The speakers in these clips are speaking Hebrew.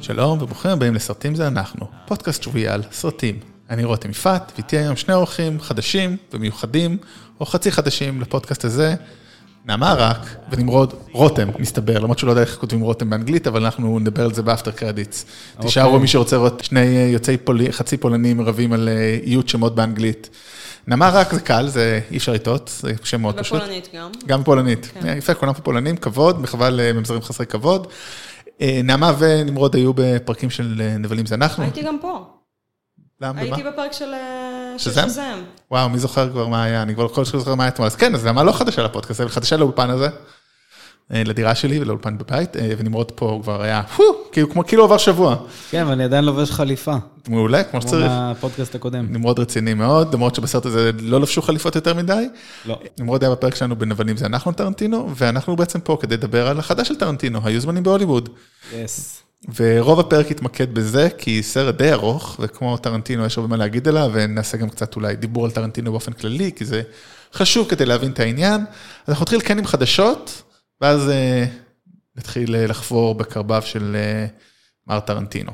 שלום וברוכים הבאים לסרטים זה אנחנו, פודקאסט שבועי על סרטים. אני רותם יפעת, ואיתי היום שני אורחים חדשים ומיוחדים, או חצי חדשים לפודקאסט הזה, נעמה רק ונמרוד רותם, מסתבר, למרות שהוא לא יודע איך כותבים רותם באנגלית, אבל אנחנו נדבר על זה באפטר קרדיטס. תישארו מי שרוצה לראות שני יוצאי פולי, חצי פולנים רבים על אה, איות שמות באנגלית. נעמה רק זה קל, זה אי אפשר לטעות, זה שם לא מאוד פשוט. בפולנית גם. גם פולנית. כן. אה, יפה, כולם פה פולנים, כבוד, וחבל אה, ממזרים חסרי כבוד. אה, נעמה ונמרוד היו בפרקים של אה, נבלים זה אנחנו. הייתי גם פה. למה? הייתי במה? בפרק של אה, של שזם? שזם. וואו, מי זוכר כבר מה היה? אני כבר כל שזוכר מה היה אתמול. אז כן, אז נעמה לא חדשה לפודקאסט, אבל חדשה לאולפן הזה. אה, לדירה שלי ולאולפן בבית, אה, ונמרוד פה הוא כבר היה, פו, כאילו, כמו, כאילו עבר שבוע. כן, ואני עדיין לובש חליפה, מעולה, כמו כמו שצריך. מהפודקאסט הקודם. נמרוד רציני מאוד, למרות שבסרט הזה לא לבשו חליפות יותר מדי. לא. נמרוד היה בפרק שלנו בנבלים זה אנחנו טרנטינו, ואנחנו בעצם פה כדי לדבר על החדש של טרנטינו, היו זמנים בהוליווד. יס. ורוב הפרק התמקד בזה, כי סרט די ארוך, וכמו טרנטינו יש הרבה מה להגיד עליו, ונעשה גם קצת אולי דיבור על טרנטינו באופן כללי, כי זה חשוב כדי להבין את העניין. אז אנחנו נתחיל כן עם חדשות, ואז אה, נתחיל אה, לחפור בקרביו של אה, מר טרנטינו.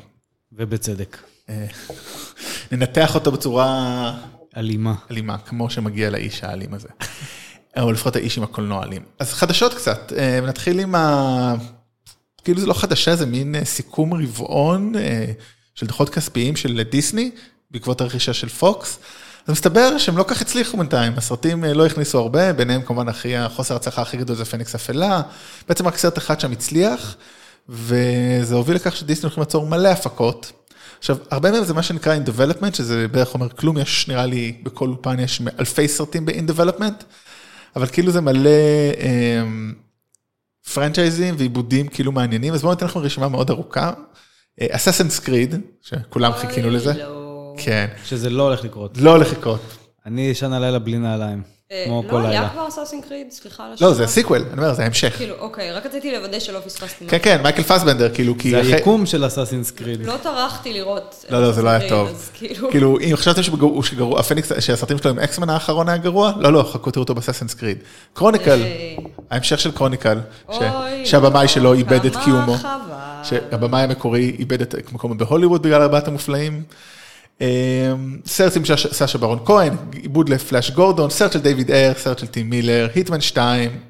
ובצדק. אה, ננתח אותו בצורה אלימה. אלימה, כמו שמגיע לאיש האלים הזה. או לפחות האיש עם הקולנוע האלים. אז חדשות קצת, אה, נתחיל עם ה... כאילו זה לא חדשה, זה מין אה, סיכום רבעון אה, של דוחות כספיים של דיסני, בעקבות הרכישה של פוקס. אז מסתבר שהם לא כך הצליחו בינתיים, הסרטים אה, לא הכניסו הרבה, ביניהם כמובן הכי, החוסר הצלחה הכי גדול זה פניקס אפלה, בעצם רק סרט אחד שם הצליח, וזה הוביל לכך שדיסני הולכים לעצור מלא הפקות. עכשיו, הרבה מהם זה מה שנקרא in development, שזה בערך אומר כלום, יש נראה לי, בכל אולפן יש אלפי סרטים ב-in development, אבל כאילו זה מלא אמ, פרנצ'ייזים ועיבודים כאילו מעניינים, אז בואו ניתן לכם רשימה מאוד ארוכה. אה, Assassin's Creed, שכולם חיכינו אוי, לזה. לא. כן, שזה לא הולך לקרות. לא הולך לקרות. אני ישן הלילה בלי נעליים, אה, כמו כל לא היה לילה. כבר אסאסין קריד? סליחה על השאלה. לא, זה הסיקוול, אני אומר, זה ההמשך. כאילו, אוקיי, רק רציתי לוודא שלא פספסתי. כן, כן, מייקל פסבנדר, כאילו, כי... זה אחרי- היקום של אסאסינס קריד. משהו. לא טרחתי לראות. לא, לא, זה לא היה Assassin's Creed, אז טוב. כאילו, כאילו, אם חשבתם שגרו- שגרו- הפניקס- שהסרטים שלו עם אקסמן האחרון היה גרוע, לא, לא, חכו תראו אותו בססנס קריד. אה, קרוניקל, היי. ההמשך של קרוניקל, ש- אוי, שהבמאי לא, שלו איבד את כמה קיומו. חבל. שהבמאי המקורי איבד את מקומו בהוליווד בגלל ארבעת המופלאים. אמ, סרט עם שש- סשה ברון כהן, עיבוד לפלאש גורדון, סרט של דיוויד אייר, סרט של טים מילר, היטמן 2,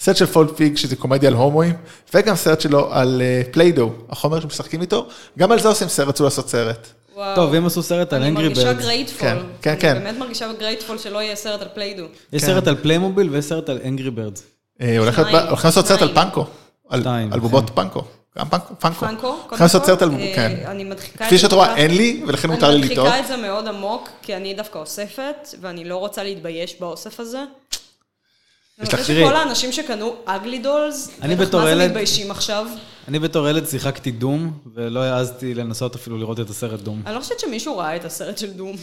סרט של פולד פיג, שזה קומדיה על הומואים, וגם סרט שלו על אה, פליידו, החומר שמשחקים איתו, גם על זה עושים סרט, רצו לעשות סרט. אה, וואו. טוב, אם עשו סרט על אני אנגרי מרגישה ברדס. גרייטפול. כן, כן, כן. אני באמת מרגישה גרייטפול שלא יהיה סרט על פליידו. יש כן. סרט על פליימוביל ויש סרט על אנגרי ברדס. אה, הולך להיות- שניים, הולכים לעשות סרט על שניים. פנקו, על שתיים, על בובות כן. פנקו, גם פנקו, פנקו. פרנקו, הולכים לעשות סרט על, אה, כן. אני מדחיקה את זה. כפי שאת רואה, כל כך. אין לי, ולכן מותר לי אני לטעות. מדחיקה את זה מאוד עמוק, כי אני דווקא אוספת, ואני לא רוצה להתבייש באוסף הזה. אני לך- חושבת תראי. שכל האנשים שקנו אגלי דולס, אני בטח בתור מה זה ילד- מתביישים עכשיו? אני בתור ילד שיחקתי דום, ולא העזתי לנסות אפילו לראות את הסרט דום. אני לא חושבת שמישהו ראה את הסרט של דום.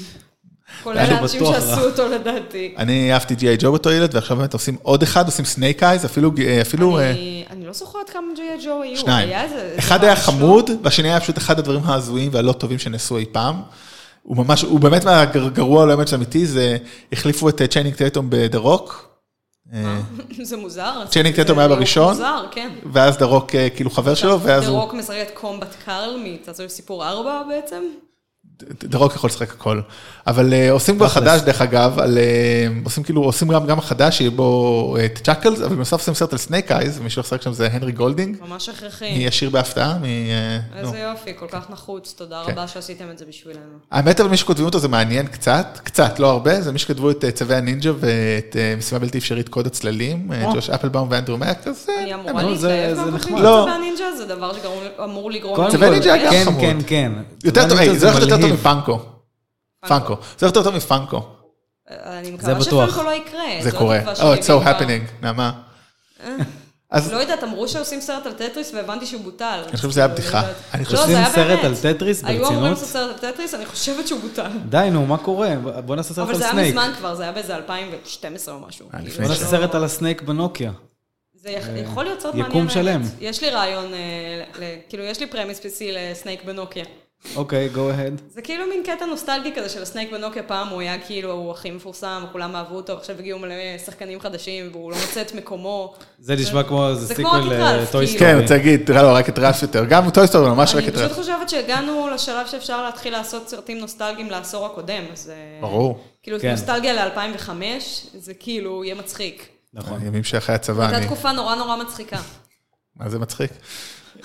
כולל אני האנשים בטוח שעשו ראה. אותו לדעתי. אני אהבתי ג'י.איי ג'ו בתור ילד, ועכשיו באמת עושים עוד אחד, עושים סנייק אייז, אפילו, אפילו אה, אני- אני לא זוכרת כמה ג'י.איי ג'ו היו. שניים. היה איזה- אחד איזה היה משהו. חמוד, והשני היה פשוט אחד הדברים ההזויים והלא טובים שנעשו אי פעם. הוא ממש, הוא באמת מהגרוע לא אמת אמיתי, זה החליפו את אה, צ'יינינג טייטום ב"דה רוק", אה. זה מוזר. צ'נינג זה- טטום היה זה בראשון? מוזר, כן. ואז דה רוק אה, כאילו חבר שלו, ואז דה הוא... רוק משחק את קומבט קארל מצעצוע סיפור ארבע בעצם. דה רוק יכול לשחק הכל. אבל אה, עושים כבר תכלס. חדש, דרך אגב, על, אה, עושים כאילו, עושים גם גם חדש, שיהיה בו אה, את צ'אקלס, אבל בנוסף עושים סרט על סנייק אייז, ומי שיחק שם זה הנרי גולדינג, ממש הכרחי. מישיר בהפתעה, מ... אה, נו. איזה יופי, כל כך נחוץ, תודה כן. רבה שעשיתם את זה בשבילנו. כן, האמת אבל מי שכותבים אותו זה מעניין קצת, קצת, לא הרבה, זה מי שכתבו את אה, צווי הנינג'ה ואת אה, משימה בלתי אפשרית קוד הצללים, אה, או. ג'וש אפלבאום ואנדרו מק, אז... אה, אני אמורה לא, זה- להתלהב זה מהמחמאות נחמד. של לא. והנינג'ה, זה דבר שאמור לגרום... קודם לי- צווי כל, נינג'ה היה גם כן, חמוד. כן, כן. יותר טוב, צווי היי, נינג'ה זה הולך יותר טוב מלהיב. מפאנקו. פאנקו. זה הולך יותר טוב מפאנקו, אני זה מקווה בטוח. שפרנקו אה, לא יקרה. זה זו קורה. התקווה או, שלי it's so בעיקר. happening, נעמה. אז לא יודעת, אמרו שעושים סרט על טטריס והבנתי שהוא בוטל. לא אני חושב שזה היה בדיחה. אני חושב עושים סרט על טטריס, היו אמורים ברצינות? לעשות סרט על טטריס, אני חושבת שהוא בוטל. די, נו, מה קורה? בוא- בוא נעשה סרט אבל על זה היה סנייק. מזמן כבר, זה היה באיזה 2012 או משהו. כאילו, אה, לפני בוא זה נעשה לא- סרט על הסנייק בנוקיה. זה יכ- יכול להיות סרט יקום מעניין. האמת. שלם. יש לי רעיון, אה, ל- ל- כאילו, יש לי פרמיס PC לסנייק בנוקיה. אוקיי, go ahead. זה כאילו מין קטע נוסטלגי כזה של הסנייק בנוקיה, פעם הוא היה כאילו, הוא הכי מפורסם, כולם אהבו אותו, עכשיו הגיעו מלא שחקנים חדשים, והוא לא מוצא את מקומו. זה נשמע כמו איזה זה סיקוול אה, כמו הטוטרלף, לטוי כאילו. סטורי. כן, אני רוצה להגיד, תראה לו רק את רף יותר. גם טויסטור, ממש רק אני את פשוט רף. חושבת שהגענו לשלב שאפשר להתחיל לעשות סרטים נוסטלגיים לעשור הקודם, אז... אה, ברור. כאילו, כן. נוסטלגיה ל-2005, זה כאילו יהיה מצחיק. נכון. הימים שאחרי הצבא, הייתה אני... תקופה נורא נורא מצחיקה. מה זה מצחיק?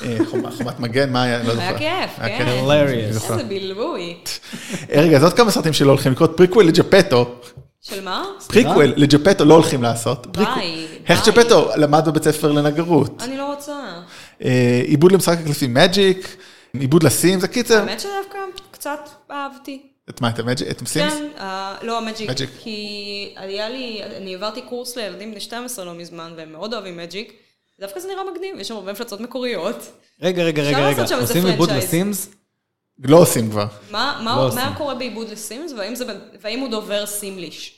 אה, חומה- חומת מגן, מה היה? לא זוכר. היה כיף, היה כן. Hilarious. אני זוכר. איזה בלבוי. אה, רגע, אז עוד כמה סרטים שלא הולכים לקרות. פריקוול לג'פטו. של מה? פריקוול לג'פטו לא הולכים לעשות. פריקוול. די, איך די. ג'פטו למד בבית ספר לנגרות. אני לא רוצה. אה, עיבוד למשחק הקלפים מג'יק, עיבוד לסים, זה קיצר. האמת שדווקא קצת אהבתי. את מה, את המג'יק? את הסימס? כן, אה, לא המג'יק, מג'יק. כי היה לי, אני העברתי קורס לילדים בני 12 לא מזמן, והם מאוד אוהבים מג'יק. דווקא זה נראה מגניב, יש שם הרבה מפלצות מקוריות. רגע, רגע, אפשר רגע, רגע. לעשות שם איזה עושים עיבוד franchise. לסימס? כן. לא עושים כבר. מה מה- לא עושים. מה קורה בעיבוד לסימס, והאם זה בן- והאם הוא דובר סימליש?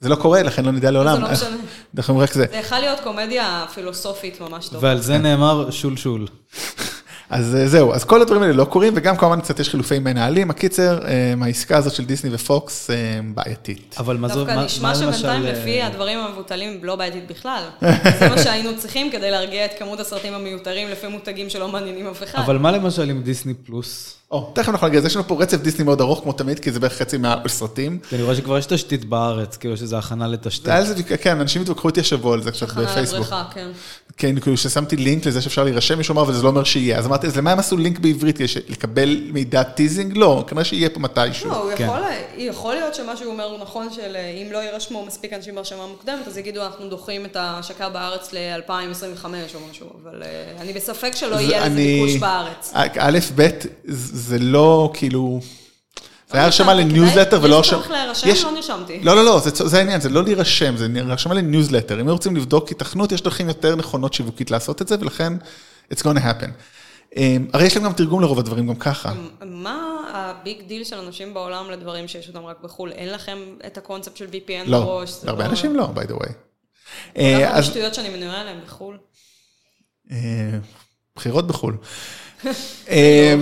זה לא קורה, לכן לא נדע לעולם. זה לא משנה. אנחנו אומרים רק זה. זה יכול להיות קומדיה פילוסופית ממש טובה. ועל זה נאמר שול שול. אז אה, זהו, אז כל הדברים האלה לא קורים, וגם כמובן קצת יש חילופי מנהלים. הקיצר, אה, העסקה הזאת של דיסני ופוקס אה, בעייתית. אוקיי. אבל מה זו, דווקא מה נשמע מה שבינתיים למשל... לפי אה, הדברים המבוטלים לא בעייתית בכלל. זה מה שהיינו צריכים כדי להרגיע את כמות הסרטים המיותרים לפי מותגים שלא מעניינים אף אחד. אבל מה למשל עם דיסני פלוס? או, תכף אנחנו נגיד, יש לנו פה רצף דיסני מאוד ארוך כמו תמיד, כי זה בערך חצי מהסרטים. כי אני רואה שכבר יש תשתית בארץ, כאילו שזה הכנה לתשתית. זה היה על זה, ויכ- כן, אנשים התווכחו איתי השבוע על זה קצת חנה על בפייסבוק. הבריכה, כן. כן, כאילו ששמתי לינק לזה שאפשר להירשם, מישהו אמר, אבל זה לא אומר שיהיה. אז אמרתי, אז למה הם עשו לינק בעברית? כדי ש- לקבל מידע טיזינג? לא, כנראה שיהיה פה מתישהו. לא, הוא כן. יכול, יכול להיות שמה שהוא אומר הוא נכון, של אה, אם לא יירשמו מספיק אנשים בהרשמה מוקדמת, אז יגידו, אנחנו דוחים את ההשקה בארץ ל-2025 או משהו, אבל אה, אני בספק שלא זה- יהיה לזה אני- אה, ביקוש בארץ. א', ב', זה זה לא כאילו... זה היה הרשמה כדאי- לניוזלטר ולא יש הרשמה... צורך להירשם? לא נרשמתי. לא, לא, לא, זה צו- זה העניין, זה לא להירשם, זה נ- הרשמה לניוזלטר. אם היו רוצים לבדוק היתכנות, יש דרכים יותר נכונות שיווקית לעשות את זה, ולכן, it's gonna happen. אמ, הרי יש להם גם תרגום לרוב הדברים, גם ככה. מה הביג דיל של אנשים בעולם לדברים שיש אותם רק בחו"ל? אין לכם את הקונספט של VPN לא, בראש? זה לא להרבה אנשים לא, by the way. כל אה, כך הרבה אז שטויות שאני מנויה עליהן בחו"ל. אה, בחירות בחו"ל. אה,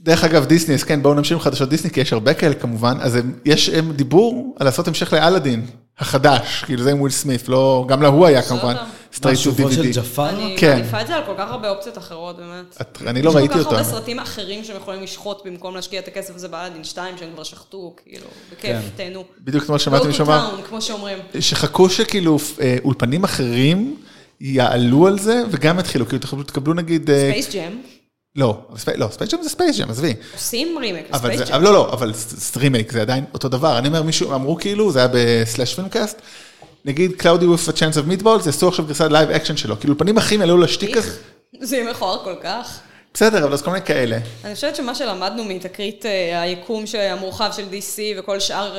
דרך אגב, דיסני, אז כן, בואו נמשיך עם חדשות דיסני, כי יש הרבה כאלה כמובן, אז הם- יש הם דיבור על לעשות המשך לאלאדין החדש, כאילו זה עם וויל סמית, לא, גם להוא היה כמובן, בסדר. סטרייט טו מהשובו של DVD. ג'פר? אני כן. מעדיפה את זה על כל כך הרבה אופציות אחרות, באמת. את- אני לא ראיתי יש כל אותו. כך הרבה אבל- סרטים אחרים שהם יכולים לשחוט במקום להשקיע את הכסף הזה באלאדין 2, שהם כבר שחטו, כאילו, בכיף, כן. תהנו. בדיוק כמו ששמעתי Go to מישהו אמר, town, כמו שאומרים. שחכו שכאילו אה, אולפנים אחרים יעלו על זה וגם יתחילו, כאילו תקבלו- תקבלו נגיד, אה, ספייס ג'ם, לא, ספי- לא, ספייס ג'ם זה ספייס ג'ם, עזבי. עושים רימק אבל לספייס זה, ג'ם. אבל לא, לא, אבל סטרימייק זה עדיין אותו דבר. אני אומר, מישהו, אמרו כאילו, זה היה בסלאש פילמקאסט, נגיד קלאודי וויף הצ'אנס אוף מיטבולס, יעשו עכשיו גרסת לייב אקשן שלו. כאילו, פנים אחים עלו לשטיק הזה. זה יהיה מכוער כל כך. בסדר, אבל אז כל מיני כאלה. אני חושבת שמה שלמדנו מתקרית אה, היקום ש- המורחב של DC וכל שאר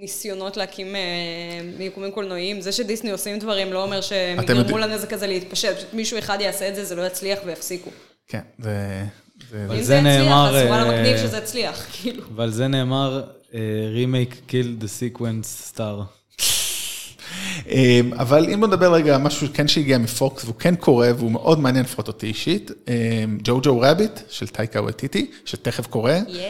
ניסיונות להקים אה, מיקומים קולנועיים, זה שדיסני עושים דברים לא אומר שהם אתם יגרמו יודעים- לנזק הזה להתפשט, פשוט מישהו אחד יעשה את זה, זה לא יצליח ויפסיקו. כן, זה... זה- אבל אם זה זה נאמר, יצליח, אז וואלה אה, מגניב שזה הצליח, כאילו. ועל זה נאמר אה, רימייק קיל דה סיקוונס סטאר. אמ, אבל אם בוא נדבר רגע על משהו כן שהגיע מפוקס, והוא כן קורה, והוא מאוד מעניין, לפחות אותי אישית, אמ, ג'וג'ו רביט של טייקה וטיטי, שתכף קורה. יאי.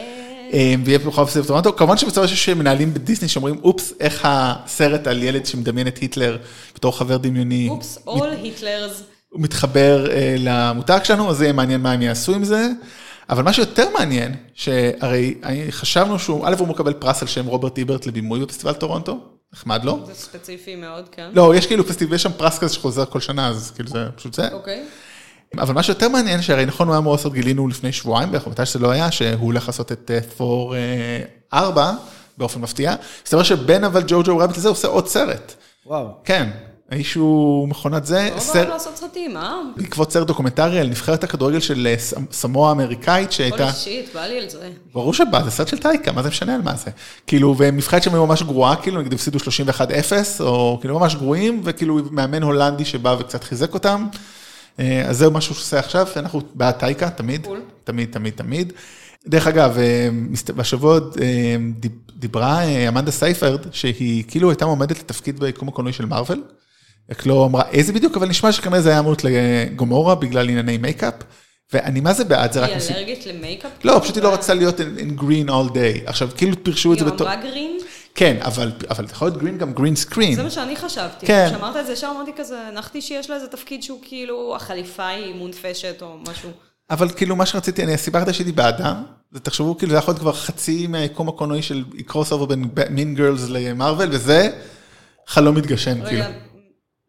אמ, ויהיה פה חופש טורנטו, כמובן שבצורה יש מנהלים בדיסני שאומרים, אופס, איך הסרט על ילד שמדמיין את היטלר בתור חבר דמיוני, אופס, all היטלרס. הוא מתחבר אה, למותג שלנו, אז זה יהיה מעניין מה הם יעשו עם זה. אבל מה שיותר מעניין, שהרי אני- חשבנו שהוא, א', הוא מקבל פרס על שם רוברט איברט לבימוי בפסטיבל טורונטו, נחמד לו. זה ספציפי מאוד, כן. לא, יש כאילו פסטיבל, יש שם פרס כזה שחוזר כל שנה, אז כאילו זה פשוט זה. אוקיי. אה, אבל מה שיותר מעניין, שהרי נכון, הוא היה אמור לעשות, גילינו לפני שבועיים בערך, מתי שזה לא היה, שהוא הולך לעשות את אה, תור אה, ארבע, באופן מפתיע. מסתבר שבין אבל ג'ו ג'ו רביט לזה, הוא עושה עוד סרט. וואו. כן, האיש הוא מכונת זה, לא סרט. בעיה לעשות סרטים, אה? בעקבות סרט דוקומנטרי על נבחרת הכדורגל של אה, ס- סמואה האמריקאית שהייתה, הולי שיט, בא לי על זה. ברור שבא, זה סרט של טייקה, מה זה משנה על מה זה? כאילו, ונבחרת שם היא ממש גרועה, כאילו, נגיד הפסידו 31-0, או כאילו ממש גרועים, וכאילו מאמן הולנדי שבא וקצת חיזק אותם. אה, אז זהו משהו שהוא עושה עכשיו, אנחנו בעד טייקה, תמיד, קול. תמיד, תמיד, תמיד. דרך אגב, אה, מסת- בשבוע אה, דיב- דיברה אה, אמנדה סייפרד, שהיא כאילו הייתה מועמדת לתפקיד ביקום הקולנועי של מארוול. רק לא אמרה איזה בדיוק, אבל נשמע שכנראה זה היה אמור להיות לגומורה בגלל ענייני מייקאפ. ואני מה זה בעד, זה רק... היא מוסיף- אלרגית למייקאפ? לא, פשוט היא לא רצתה להיות in in green all day. עכשיו, כאילו פירשו את היא זה בתור... אמרה גרין? כן, אבל אבל אתה יכול להיות green גם green זה מה screen. שאני חשבתי. כן. כשאמרת את זה ישר אמרתי כזה, הנחתי שיש לה איזה תפקיד שהוא כאילו, החליפה היא מונפשת או משהו. אבל כאילו מה שרציתי, אני סיפרת שהייתי בעדה, זה תחשבו כאילו זה יכול להיות כבר חצי מהיקום הקולנועי של קרוס אובר בין מין גרלס למרוויל, וזה חלום מתגשם, כאילו. רגע,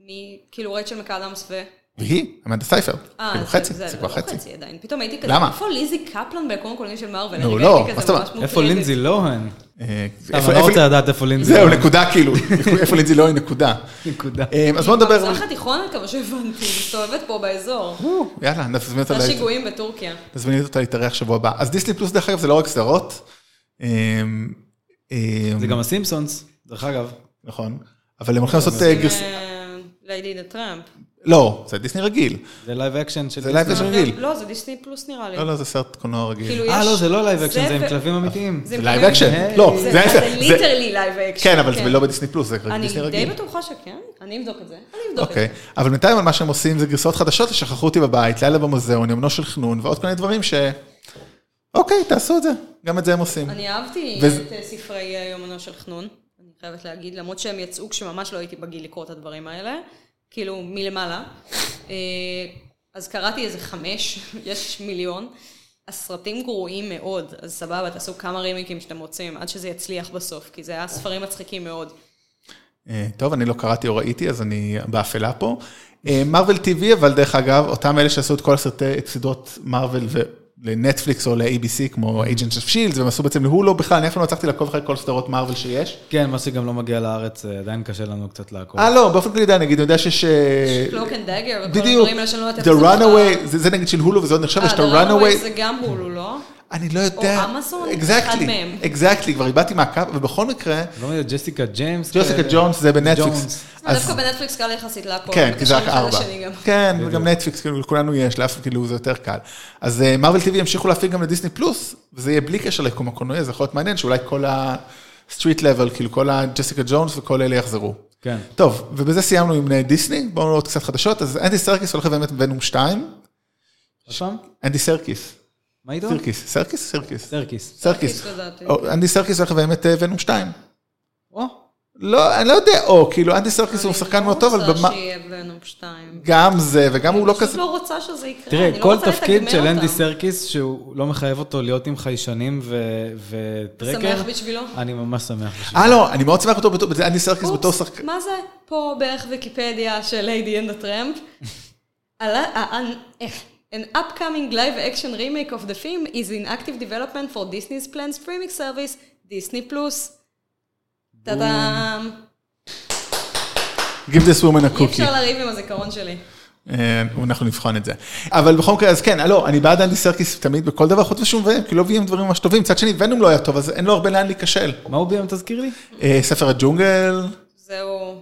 מי, כאילו רייצ'ל מקאדמס ו... והיא, אמנדה סייפר. אה, כאילו זה- חצי, זה זה לא כבר חצי. חצי עדיין. פתאום הייתי כזה, למה? איפה ליזי קפלן ביקום הקולנועי של מארוול? נו, אני לא, הייתי מה כזה זאת ממש אומרת? מוטרדת. איפה לינזי לוהן? אה, אבל איפה- לא איפה- רוצה לדעת איפה לינזי זהו, לוהן. נקודה כאילו, איפה לינזי לא היא נקודה. נקודה. אה, אז בוא היא נדבר, במזרח התיכון, עד כמה שהבנתי, היא מסתובבת פה באזור. או, יאללה, נזמין אותה עושה ל- שיגועים בטורקיה. תזמיני אותה להתארח שבוע הבא. אז דיסני פלוס, דרך אגב, זה לא רק סדרות. אמ, אמ, זה גם הסימפסונס, דרך אגב. נכון. אבל הם הולכים לעשות אה, גרס... ליידי דה טראמפ. לא, זה דיסני רגיל. זה לייב אקשן של זה לייב דיסני. אקשן. רגיל. לא, זה דיסני פלוס נראה לי. לא, לא, זה סרט קולנוע רגיל. כאילו יש... אה, לא, זה לא לייב אקשן, זה ו- עם כלבים אמיתיים. זה זה עם לייב כלבים. אקשן. לא, זה- זה זה ההפך. זה- ליטרלי לייב אקשן. כן, אבל זה לא בדיסני פלוס, זה רק אני דיסני די רגיל. בטוחה שכן, אני אבדוק את זה. אני אבדוק את זה. אוקיי, אבל בינתיים אבל מה שהם עושים זה גרסאות חדשות לשכחו אותי בבית, לילה במוזיאון, יומנו של חנון ועוד כל מיני דברים ש... אוקיי, תעשו את זה, גם את זה הם עושים. אני אהבתי וזה- את אה, ספרי אה, יומנו של חנון, אני חייבת להגיד, למרות שהם יצאו כשממש לא הייתי בגיל לקרוא את הדברים האלה, כאילו מלמעלה. אה, אז קראתי איזה חמש, יש מיליון. הסרטים גרועים מאוד, אז סבבה, תעשו כמה רימיקים שאתם רוצים, עד שזה יצליח בסוף, כי זה היה ספרים מצחיקים מאוד. אה, טוב, אני לא קראתי או ראיתי, אז אני באפלה פה. אה, מרוויל TV, אבל דרך אגב, אותם אלה שעשו את כל הסרטי, את סדרות מרוויל לנטפליקס או ל-ABC, כמו Agents of Shields, E והם עשו בעצם להולו בכלל, אני אף פעם לא הצלחתי לעקוב אחרי כל סדרות מרוויל שיש. כן, מה שגם לא מגיע לארץ, אה, עדיין קשה לנו קצת לעקוב. אה, לא, באופן כללי, די, נגיד, אני יודע שיש... אה, קלוק אנד דאגר וכל בדיוק, הדברים האלה שאני לא יודעת The Runaway, זה זה נגיד של הולו וזה עוד נחשב, יש את ה-Runaway, אה, זה גם הולו, לא? אני לא יודע. או Amazon, אחד Exactly, מהם. כן. Exactly, כבר איבדתי מהקו, ובכל מקרה, לא יודע, ג'סיקה ג'יימס. ג'וסיקה כאלה. ג'ונס זה בנטפליקס. ג'ונס. אז- דווקא בנטפליקס קל יחסית לעקוב. כן, כי זה רק בקשר אחד ארבע. לשני גם. כן, וגם נטפליקס, כאילו, לכולנו יש, לאף כאילו זה יותר קל. אז אה, מרוויל טיווי ימשיכו להפיק גם לדיסני פלוס, וזה יהיה בלי קשר ליקום הקולנועי, אז זה יכול להיות מעניין שאולי כל הסטריט לבל, כאילו כל הג'סיקה ג'ונס וכל אלה יחזרו. כן. טוב, ובזה סיימנו עם אה, דיסני, בואו נראה עוד קצת חדשות, אז אנדי סרקיס הולך לביים את ונום 2, עוד פעם? אנדי סרקיס, מה איתו? סרקיס, סרקיס, סרקיס, סרקיס. סרקיס, לא. לדעתי. או, אנדי סרקיס הולך לביים את אה, ונום 2. או, לא, אני לא יודע, או, כאילו, אנדי סרקיס הוא שחקן מאוד טוב, אבל אני לא במה... רוצה שיהיה ונום 2. גם זה, וגם הוא לא אני כזה... פשוט לא רוצה שזה יקרה. תראה, אני לא כל רוצה תפקיד לתגמל של אנדי אותם. סרקיס, שהוא לא מחייב אותו להיות עם חיישנים ו- וטרקר. שמח בשבילו? אני ממש שמח בשבילו. אה, לא, אני מאוד שמח אותו, בתור- בזה אנדי סרקיס בתור אופס, שחקן. מה זה? פה בערך ויקיפדיה של ליידי אנד הטראמפ. An upcoming live action remake of the film is in active development for Disney's planned streaming service, Disney Plus. טאדאם. Give this woman a אי cookie. אפשר לריב עם הזיכרון שלי. אה, אנחנו נבחן את זה. אבל בכל מקרה, אז כן, לא, אני בעד אנדי סרקיס תמיד בכל דבר, חוץ משום ונום, כי לא הביאים דברים ממש טובים. מצד שני, ונום לא היה טוב, אז אין לו הרבה לאן להיכשל. מה הוא ביום תזכיר לי? אה, ספר הג'ונגל, זהו.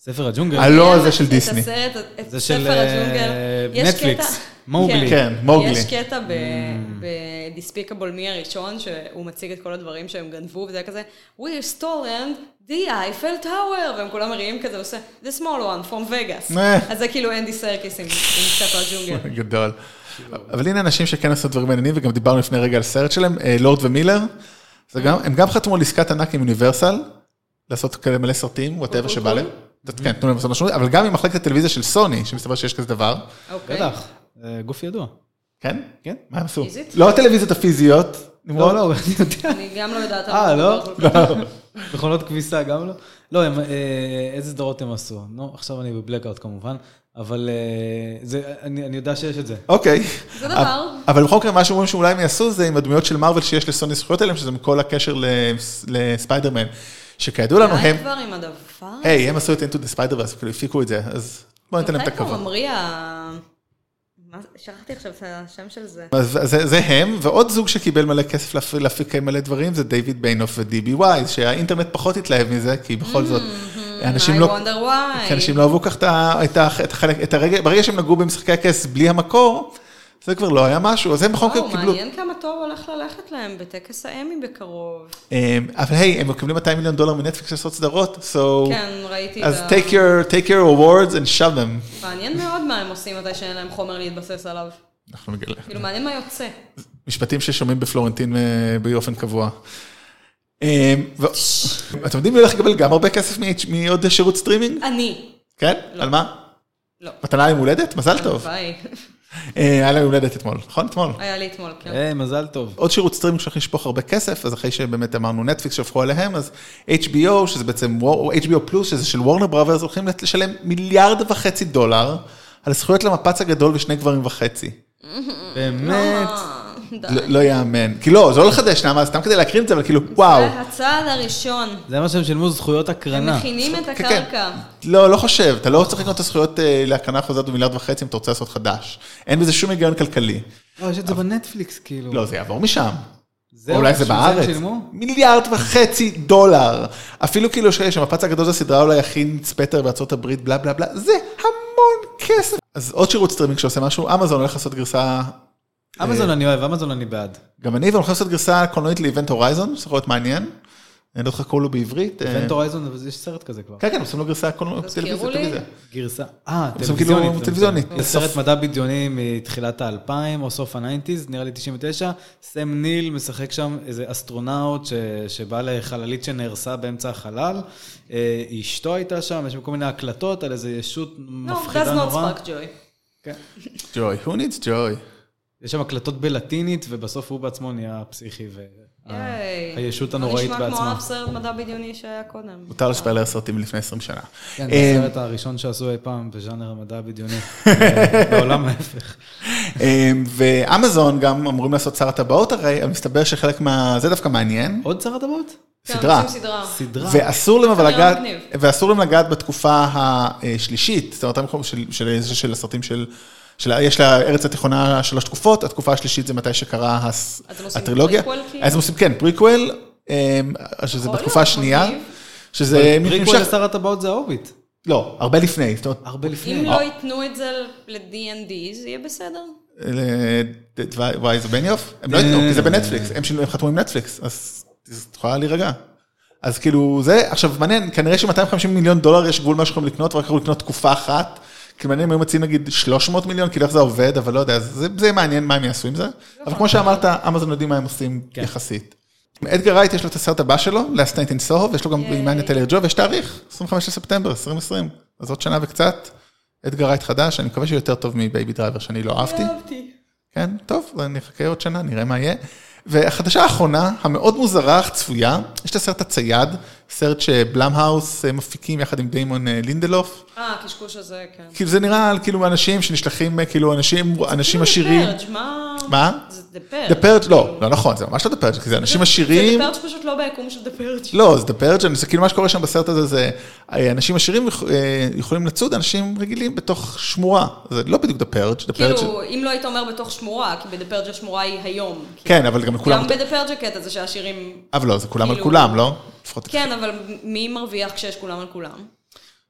ספר הג'ונגל. הלא לא הזה של כן, את דיסני. הסרט, את זה ספר של, הג'ונגל. אה, יש נטפליקס, קטע- מוגלי. כן, מוגלי. יש קטע Mm. בדיספיקבול מי הראשון, שהוא מציג את כל הדברים שהם גנבו, וזה היה כזה, We stolen the Eiffel Tower, והם כולם מרימים כזה, עושה, The small one from Vegas. אה. אז זה כאילו אנדי סרקיס עם עם ספר הג'ונגל. גדול. אבל הנה אנשים שכן עשו דברים מעניינים, וגם דיברנו לפני רגע על סרט שלהם, אה, לורד ומילר. זה גם- הם גם חתמו על עסקת ענק עם אוניברסל, לעשות כאלה מלא סרטים, וואטאבר קול, שבא קול. להם. אוקיי. כן, תנו להם לעשות משהו, אבל גם עם מחלקת הטלוויזיה של סוני, שמסתבר שיש כזה דבר. אוקיי. בטח, אה, גוף ידוע. כן? כן. מה הם עשו? פיזית? לא הטלוויזיות הפיזיות. לא, לא, אני יודע. אני גם לא יודעת. על אה, מה לא? מדובר כל כך. מכונות כביסה גם לא? לא, הם, אה, איזה סדרות הם עשו? נו, עכשיו אני בבלקאוט כמובן, אבל אה, זה, אני אני יודע שיש את זה. אוקיי. זה דבר. אבל בכל מקרה, מה שאומרים שאולי הם יעשו זה עם הדמויות של מארוול שיש לסוני זכויות עליהם, שזה מכל הקשר לס- לספיידרמן, שכידוע לנו די הם, אה, כבר עם הדבר. היי, הם עשו את into the spider כאילו הפיקו את זה, אז בואו ניתן להם את מתי כבר הכבוד. ממריא ה... מה זה? שכחתי עכשיו את השם של זה. אז זה, זה הם, ועוד זוג שקיבל מלא כסף להפ- להפיק מלא דברים, זה דיוויד ביינוף ודיבי וייז, שהאינטרנט פחות התלהב מזה, כי בכל זאת, אנשים Mm-hmm. I לא... wonder why. כי אנשים לא אהבו כך את ה- את ה- את החלק, את הרגע, ברגע שהם נגעו במשחקי הכס בלי המקור, זה כבר לא היה משהו, אז הם בכל מקרה וואו, קיבלו... מעניין כמה טוב הולך ללכת להם בטקס האמי בקרוב. אמ, אבל היי, הם מקבלים 200 מיליון דולר מנטפליקס לעשות סדרות, so... כן, ראיתי אז את ה... take your, take your awards and shove them. מעניין מאוד מה הם עושים מתי שאין להם חומר להתבסס עליו. אנחנו נגלה. כאילו, מעניין מה יוצא. משפטים ששומעים בפלורנטין אה, באופן קבוע. אה, ו- אתם יודעים מי הולך לקבל גם הרבה כסף מ- מעוד שירות סטרימינג? אני. כן? על מה? לא. נכון. מתנה ליום הולדת? מזל טוב. ביי. אה, היה לה יום הולדת אתמול, נכון? אתמול. היה לי אתמול, כן. אה. היי, אה, מזל טוב. עוד שירות סטרימינג שהולך לשפוך הרבה כסף, אז אחרי שבאמת אמרנו נטפליקס שהפכו עליהם, אז HBO, שזה בעצם וור- HBO פלוס, שזה של וורנר בראברס, הולכים לשלם מיליארד וחצי דולר על זכויות למפץ הגדול ושני גברים וחצי. באמת. אה, די. לא לא יאמן. כי לא, זה לא לחדש, נעמה, סתם כדי להקרין את זה, אבל כאילו, וואו. זה הצעד הראשון. זה מה שהם שילמו זכויות הם הקרנה. מכינים את אה, כן, הקרקע. כן. לא, לא חושב, אתה לא צריך לקנות את הזכויות אה, להקרנה חוזרת במיליארד וחצי אם אתה רוצה לעשות חדש. אין בזה שום היגיון כלכלי. לא, יש את זה בנטפליקס, כאילו. לא, זה יעבור משם. זהו, או אולי זה בשביל הם בארץ. שילמו? מיליארד וחצי דולר. אפילו כאילו ש- שהמפץ הגדול זה הסדרה אולי הכי נצפתר בארצות הברית, בלה בלה בלה, זה המון כסף. אז עוד שירות סטרימינג שעושה משהו, אמזון הולך לעשות גרסה, אמזון אה. אני אוהב, אמזון אני בעד. גם אני, והם הולכים לעשות גרסה קולנועית לאיבנט הורייזון, שצריך להיות מעניין. אני לא זוכר קוראים לו בעברית. אה, ונט הורייזון, אבל יש סרט כזה כבר. כן, כן, עושים לו גרסה קולנועית, תזכירו טלוויזיה, לי. טלוויזיה. גרסה, אה, עושים טלוויזיונית. כאילו זה מצוין. טלוויזיונית. זה סרט מדע בדיוני מתחילת האלפיים, או סוף הניינטיז, נראה לי 99. סם ניל משחק שם איזה אסטרונאוט ש... שבא לחללית שנהרסה באמצע החלל. אה, אשתו הייתה שם, יש שם כל מיני הקלטות על איזה ישות לא, does מפחידה not נורא. spark joy. כן. ג'וי, who needs joy? יש שם הקלטות בלטינית, ובסוף הוא בעצמו נהיה פסיכי. ו... אה, ייי. הישות הנוראית זה לא נשמע בעצמה. כמו אף סרט מדע בדיוני שהיה קודם. מותר לשפעל על סרטים לפני 20 שנה. כן, אה, זה הסרט הראשון שעשו אי פעם בז'אנר המדע הבדיוני. אה, בעולם ההפך. אה, ואמזון גם אמורים לעשות שר הטבעות הרי, אבל מסתבר שחלק מה... זה דווקא מעניין. עוד שר הטבעות? כן, סדרה. עושים סדרה. סדרה. ואסור להם אבל נראה לגעת, מגניב. ואסור להם לגעת בתקופה השלישית, זאת אומרת, המקום של, של, של, של הסרטים של, של, יש לארץ התיכונה שלוש תקופות, התקופה השלישית זה מתי שקרה הס, אז הם עושים הטרילוגיה. prequel, כאילו? אז הם עושים, כן, פריקוול, אה, שזה יכול בתקופה להיות, השנייה, מגניב. שזה פריקוול נמשך, לשר הטבעות זה ההוביט. לא, הרבה לפני, זאת אומרת, הרבה אם לפני. אה. לא ייתנו את זה ל-D&D, זה יהיה בסדר? ל- ד- אה, וואי, זה בניוף? הם לא ייתנו, כי זה בנטפליקס, הם שינו- הם חתמו עם נטפליקס, אז את יכולה להירגע. אז כאילו זה, עכשיו מעניין, כנראה ש-250 מיליון דולר יש גבול מה שיכולים לקנות, ורק יכולים לקנות תקופה אחת. כי מעניין אם היו מציעים נגיד 300 מיליון, כאילו איך זה עובד, אבל לא יודע, אז זה, זה מעניין מה הם יעשו עם זה. אבל כמו שאמרת, אמזון יודעים מה הם עושים יחסית. אדגר רייט יש לו את הסרט הבא שלו, Last Night in Soho, ויש לו גם אימניה טלר ג'ו, ויש תאריך, 25 לספטמבר 2020, אז עוד שנה וקצת. אדגר רייט חדש, אני מקווה שהוא יותר טוב מבייבי דרייבר שאני לא אהבתי. אהבתי. כן, טוב, אז נחכה עוד שנה, נראה מה יהיה. והחדשה האחרונה, המאוד מוזרה, אך צפויה, יש את הסרט הצייד, סרט שבלאמהאוס אה, מפיקים יחד עם דיימון אה, לינדלוף. אה, הקשקוש הזה, כן. כאילו זה נראה על כאילו אנשים שנשלחים, אה, כאילו אנשים, אנשים כאילו, עשירים. The Purge, מה? מה? זה דה פרג'. דה פרג' לא, לא נכון, זה ממש לא דה פרג', כי זה אנשים עשירים. זה דה פרג' פשוט לא ביקום של דה פרג'. לא, זה דה פרג', זה כאילו מה שקורה שם בסרט הזה, זה אה, אנשים עשירים יכ- אה, יכולים לצוד אנשים רגילים בתוך שמורה. זה לא בדיוק דה פרג', דה פרג'. כאילו, אם לא היית אומר בתוך שמורה, כי בדה פרג' השמורה היא היום. כן, אבל גם כולם, גם בדה פרג' הקטע זה שהעשירים... אבל לא, זה כולם על כאילו- כולם, לא? לפחות כן, אבל מי מרוויח כשיש כולם על כולם?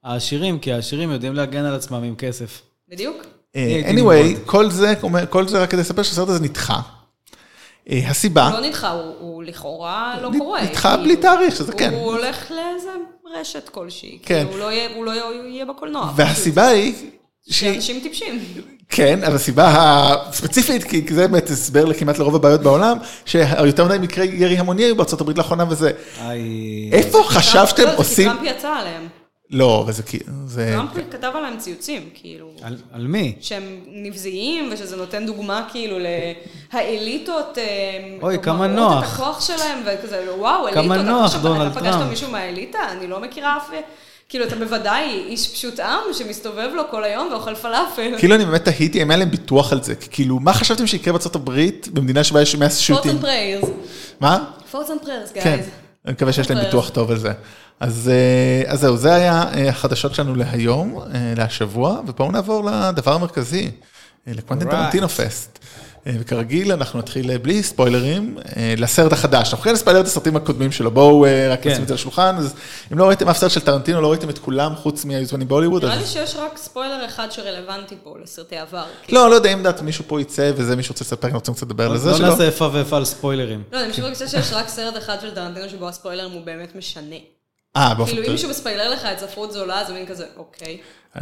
העשירים, כי העשירים יודעים להגן על עצמם עם כסף. בדיוק. אה, הייתי anyway, נמרוד. כל זה, אומר- כל זה רק כדי לספר שהסרט הזה נדחה. אה, הסיבה, לא נדחה, הוא- הוא לכאורה לא נ- קורה. נדחה כאילו. בלי תאריך, שזה כן. הוא הולך לאיזה רשת כלשהי. כן. כן. הוא לא יהיה- הוא לא יהיה- הוא יהיה בקולנוע. והסיבה היא, ש... פשוט. שאנשים טיפשים. כן, אבל הסיבה הספציפית, כי זה באמת הסבר לכמעט לרוב הבעיות בעולם, שיותר מדי מקרי ירי המוני היו בארצות הברית לאחרונה וזה, איי... איפה חשב לא, שאתם זה כי עושים... טראמפ יצא עליהם. לא, אבל זה כאילו, זה... טראמפ כתב עליהם ציוצים, כאילו. על, על מי? שהם נבזיים, ושזה נותן דוגמה כאילו לאליטות, אה, אוי, כמה מראות נוח. את הכוח שלהם, וכזה, וואו, כמה אליטות. אתה נוח, חושב- דונלד אתה פגשת טראמפ. מישהו מהאליטה? אני לא מכירה אף... כאילו, אתה בוודאי איש פשוט עם שמסתובב לו כל היום ואוכל פלאפל. כן, כאילו אני באמת תהיתי, אם היה להם ביטוח על זה, כי כאילו, מה חשבתם שיקרה בארצות הברית, במדינה שבה יש 100 פורטס שוטים? אנד פריירס. מה? פורטס אנד פריירס, כן, גייז. אני מקווה שיש להם אוקיי. ביטוח טוב על זה. אז, אה, אז זהו, זה היה אה, החדשות שלנו להיום, אה, להשבוע, ובואו נעבור לדבר המרכזי, אה, לקוונטין Alright. טרנטינו פסט. אה, וכרגיל, אנחנו נתחיל אה, בלי ספוילרים, אה, לסרט החדש. אנחנו כן נספיילר את הסרטים הקודמים שלו, בואו אה, רק כן. נשים את זה על השולחן, אז אם לא ראיתם אף סרט של טרנטינו, לא ראיתם את כולם חוץ מהיו זמנים בהוליווד, נראה אז... לי שיש רק ספוילר אחד שרלוונטי פה לסרטי עבר. כאילו. לא, לא יודע אם דעת מישהו פה יצא וזה, מישהו רוצה לספר, אנחנו רוצים קצת לדבר על זה אה, לא שלו. נעשה איפה ואיפה על ספוילרים. אוקיי. לא, אני פשוט מרגישה שיש רק סרט אחד של טרנטינו שבו הספוילרים הוא באמת משנה. אה, באופן כאילו, אם כללי. מישהו מספיילר לך את ספרות זולה, זה מין כזה, אוקיי.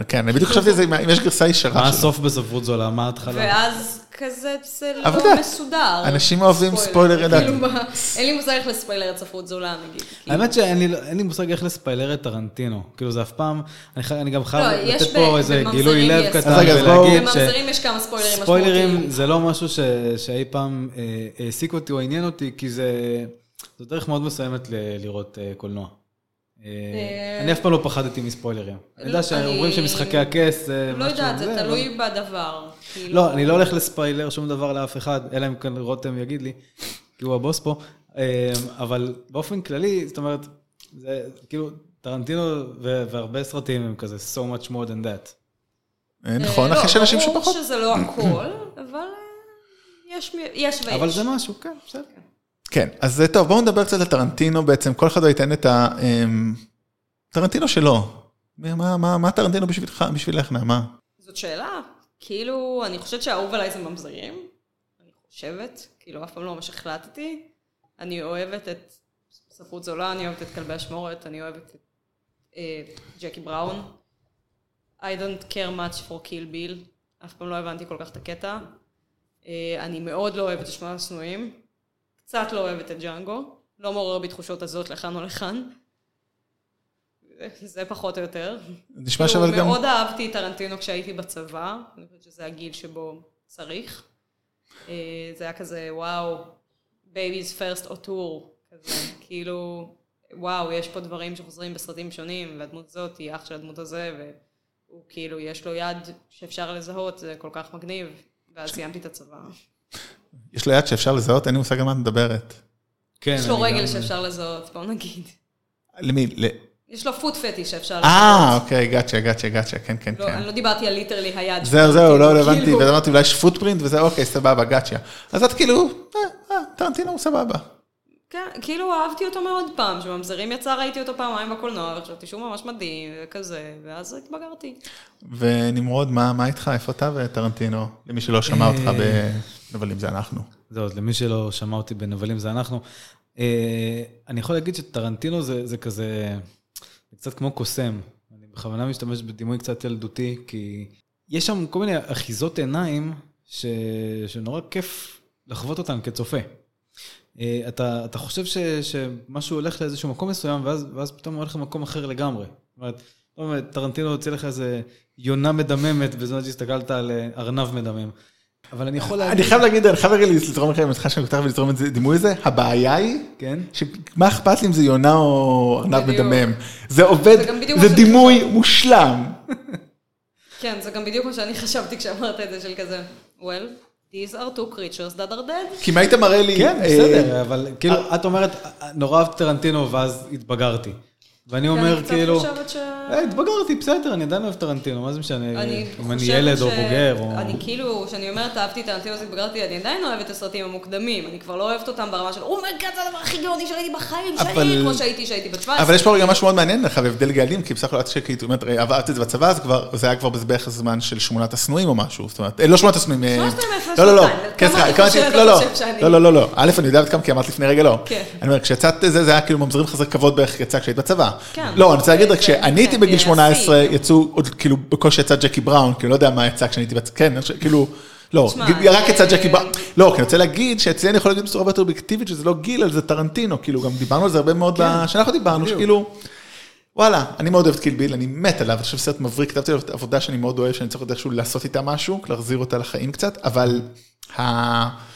כן, אני בדיוק חשבתי על זה, אם- אם יש גרסה מה ישרה שלו. הסוף בספרות זולה? מה ההתחלה? ואז כזה זה אבל אתה יודע, לא מסודר. אנשים אוהבים ספוילר, ידעתי. כאילו, מה, אין לי מושג איך לספיילר את ספרות זולה, נגיד. כאילו. האמת שאין לי- לא- אין לי מושג איך לספיילר את טרנטינו. כאילו זה אף פעם, אני חי- אני גם חייב לא, יש לתת ב- פה איזה בממזרים גילוי יש. לב אז קטן רגע, אז בואו- ולהגיד ש... בממזרים יש כמה ספוילרים ספוילרים משמעותיים. זה לא משהו ש... שאי פעם אה, העסיק אותי או עניין אותי, כי זה... זו דרך מאוד מסוימת ל... לראות אה, קולנוע. אה, אה, אני אף פעם לא פחדתי מספוילרים. אני יודע לא, שאומרים אני- שמשחקי הכס זה לא משהו... יודעת, זה אבל- תלוי בדבר. כאילו. לא, אני לא הולך לספיילר שום דבר לאף אחד, אלא אם כן רותם יגיד לי, כי הוא הבוס פה. אה, אבל באופן כללי, זאת אומרת, זה כאילו, טרנטינו ו- והרבה סרטים הם כזה so much more than that. אה, נכון, אה, אחי, יש אנשים לא, ברור שפחות. שזה לא הכל, אבל אה, יש מי- יש ויש. אבל זה משהו, כן, בסדר. כן, אז אה, טוב, בואו נדבר קצת על טרנטינו בעצם, כל אחד לא ייתן את ה... אמ, טרנטינו שלו. מה- מה- מה מה טרנטינו בשבילך, בשבילך, נעמה? זאת שאלה. כאילו, אני חושבת שהאהוב עליי זה ממזרים. אני חושבת. כאילו, אף פעם לא ממש החלטתי. אני אוהבת את ספרות זולה, אני אוהבת את כלבי אשמורת, אני אוהבת את אה, ג'קי בראון. I don't care much for kill bill. אף פעם לא הבנתי כל כך את הקטע. אה, אני מאוד לא אוהבת את שמונה השנואים. קצת לא אוהבת את ג'אנגו. לא מעורר בי תחושות הזאת לכאן או לכאן. זה פחות או יותר. נשמע כאילו, שאבל גם... מאוד אהבתי את טרנטינו כשהייתי בצבא, אני חושבת שזה הגיל שבו צריך. אה, זה היה כזה, וואו, baby's first אוטור, כזה, כאילו, וואו, יש פה דברים שחוזרים בסרטים שונים, והדמות הזאת היא אח של הדמות הזה, והוא כאילו, יש לו יד שאפשר לזהות, זה כל כך מגניב, ואז סיימתי את הצבא. יש לו יד שאפשר לזהות, אין לי מושג על מה את מדברת. כן, יש לו אני רגל גם- שאפשר לזהות, בואו נגיד. למי? ל- יש לו פוט פטי שאפשר אה, לזהות. אוקיי, גאצ'ה, גאצ'ה, גאצ'ה, כן, כן, לא, כן. אני לא דיברתי על ליטרלי היד. זהו, זהו, לא לא הבנתי, כאילו, ואז אמרתי, אולי יש פוטפרינט, וזה אוקיי, סבבה, גאצ'ה. אז את כאילו, אה, אה, טרנטינו הוא סבבה. כן, כאילו אהבתי אותו מאוד פעם, שממזרים יצא, ראיתי אותו פעמיים בקולנוע, וחשבתי שהוא ממש מדהים, וכזה, ואז התבגרתי. ונמרוד, מה מה איתך? איפה אתה וטרנטינו? למי שלא שמע אותך אה. ב... אבל אם זה אנחנו. זהו, אז למי שלא שמע אותי בנבלים זה אנחנו. אה, אני יכול להגיד שטרנטינו זה, זה כזה, זה קצת כמו קוסם. אני בכוונה משתמש בדימוי קצת ילדותי, כי יש שם כל מיני אחיזות עיניים ש, שנורא כיף לחוות אותן כצופה. אה, אתה, אתה חושב ש, שמשהו הולך לאיזשהו מקום מסוים, ואז, ואז פתאום הוא הולך למקום אחר לגמרי. זאת אומרת, לא אומרת, טרנטינו הוציא לך איזה יונה מדממת בזמן שהסתכלת על אה, ארנב מדמם. אבל אני יכול להגיד... אני חייב להגיד, אני חייב להגיד, לתרום לכם את סליחה שאני כותב ולתרום את זה, דימוי הזה, הבעיה היא, כן? שמה אכפת לי אם זה יונה או ארנב בדיוק. מדמם. זה עובד, זה גם בדיוק זה מה שאני דימוי מושלם. כן, זה גם בדיוק מה שאני חשבתי כשאמרת את זה, של כזה, well, these are two creatures that are dead. כי אם היית מראה לי... כן, אה, בסדר, אבל כאילו, את אומרת, נורא אהבת טרנטינו, ואז התבגרתי. ואני אומר, כאילו, אני קצת חושבת ש... "אה, התבגרתי, בסדר, אני עדיין אוהב טרנטינו, מה זה משנה אני אם אני חושבת ילד ש- או בוגר, או... אני כאילו, כשאני אומרת אהבתי את האנטינות התבגרתי, אני עדיין אוהבת את הסרטים המוקדמים, אני כבר לא אוהבת אותם ברמה של, אומייגאד, זה הדבר הכי גאוני שראיתי בחיים אבל- שלי, כמו שהייתי כשהייתי בת 17. אבל יש פה רגע משהו מאוד מעניין לך, הבדל גלים, כי בסך הכל את שכאילו, אומרת, "ראי, עברת את זה בצבא, אז כבר, זה היה כבר בערך הזמן של שמונת השנואים או משהו, זאת אומרת, אה, לא שמונת השנואים, אה, שמונת השנואים לא, לפני לא, לא, שנתיים, כן, כמה סליחה, אני התכוונתי- חושבת, לא, לא, אתה חושב שאני- לא, לא, לא, לא, א', אני יודעת כמה, כי אמרת לפני רגע לא. כן. אני אומר, כשיצאת זה, זה היה כאילו ממזרים חזק כבוד בערך יצא כשהיית בצבא. כן. לא, אני רוצה להגיד רק זה- שאני הייתי כן, בגיל זה 18, השיא. יצאו עוד, כאילו, בקושי יצא ג'קי בראון, כאילו, לא יודע מה יצא כשאני הייתי בצבא, כן, אני חושב, כאילו... לא, תשמע, גיל- רק יצא זה- ג'קי בראון, לא, כי אני רוצה להגיד שאצלי אני יכול להגיד בצורה הרבה יותר אובייקטיבית שזה לא גיל, אלא זה טרנטינו, כאילו, גם דיברנו על זה הרבה מאוד בשנה האחרונה דיברנו, שכאילו, וואלה, אני מאוד אוהב את קיל ביל, אני מת עליו, אני חושב סרט מבריק, כתבתי עליו עבודה שאני מאוד אוהב, שאני צריך עוד איכשהו לעשות איתה משהו, כאילו, להחזיר אותה לחיים קצת, אבל ה...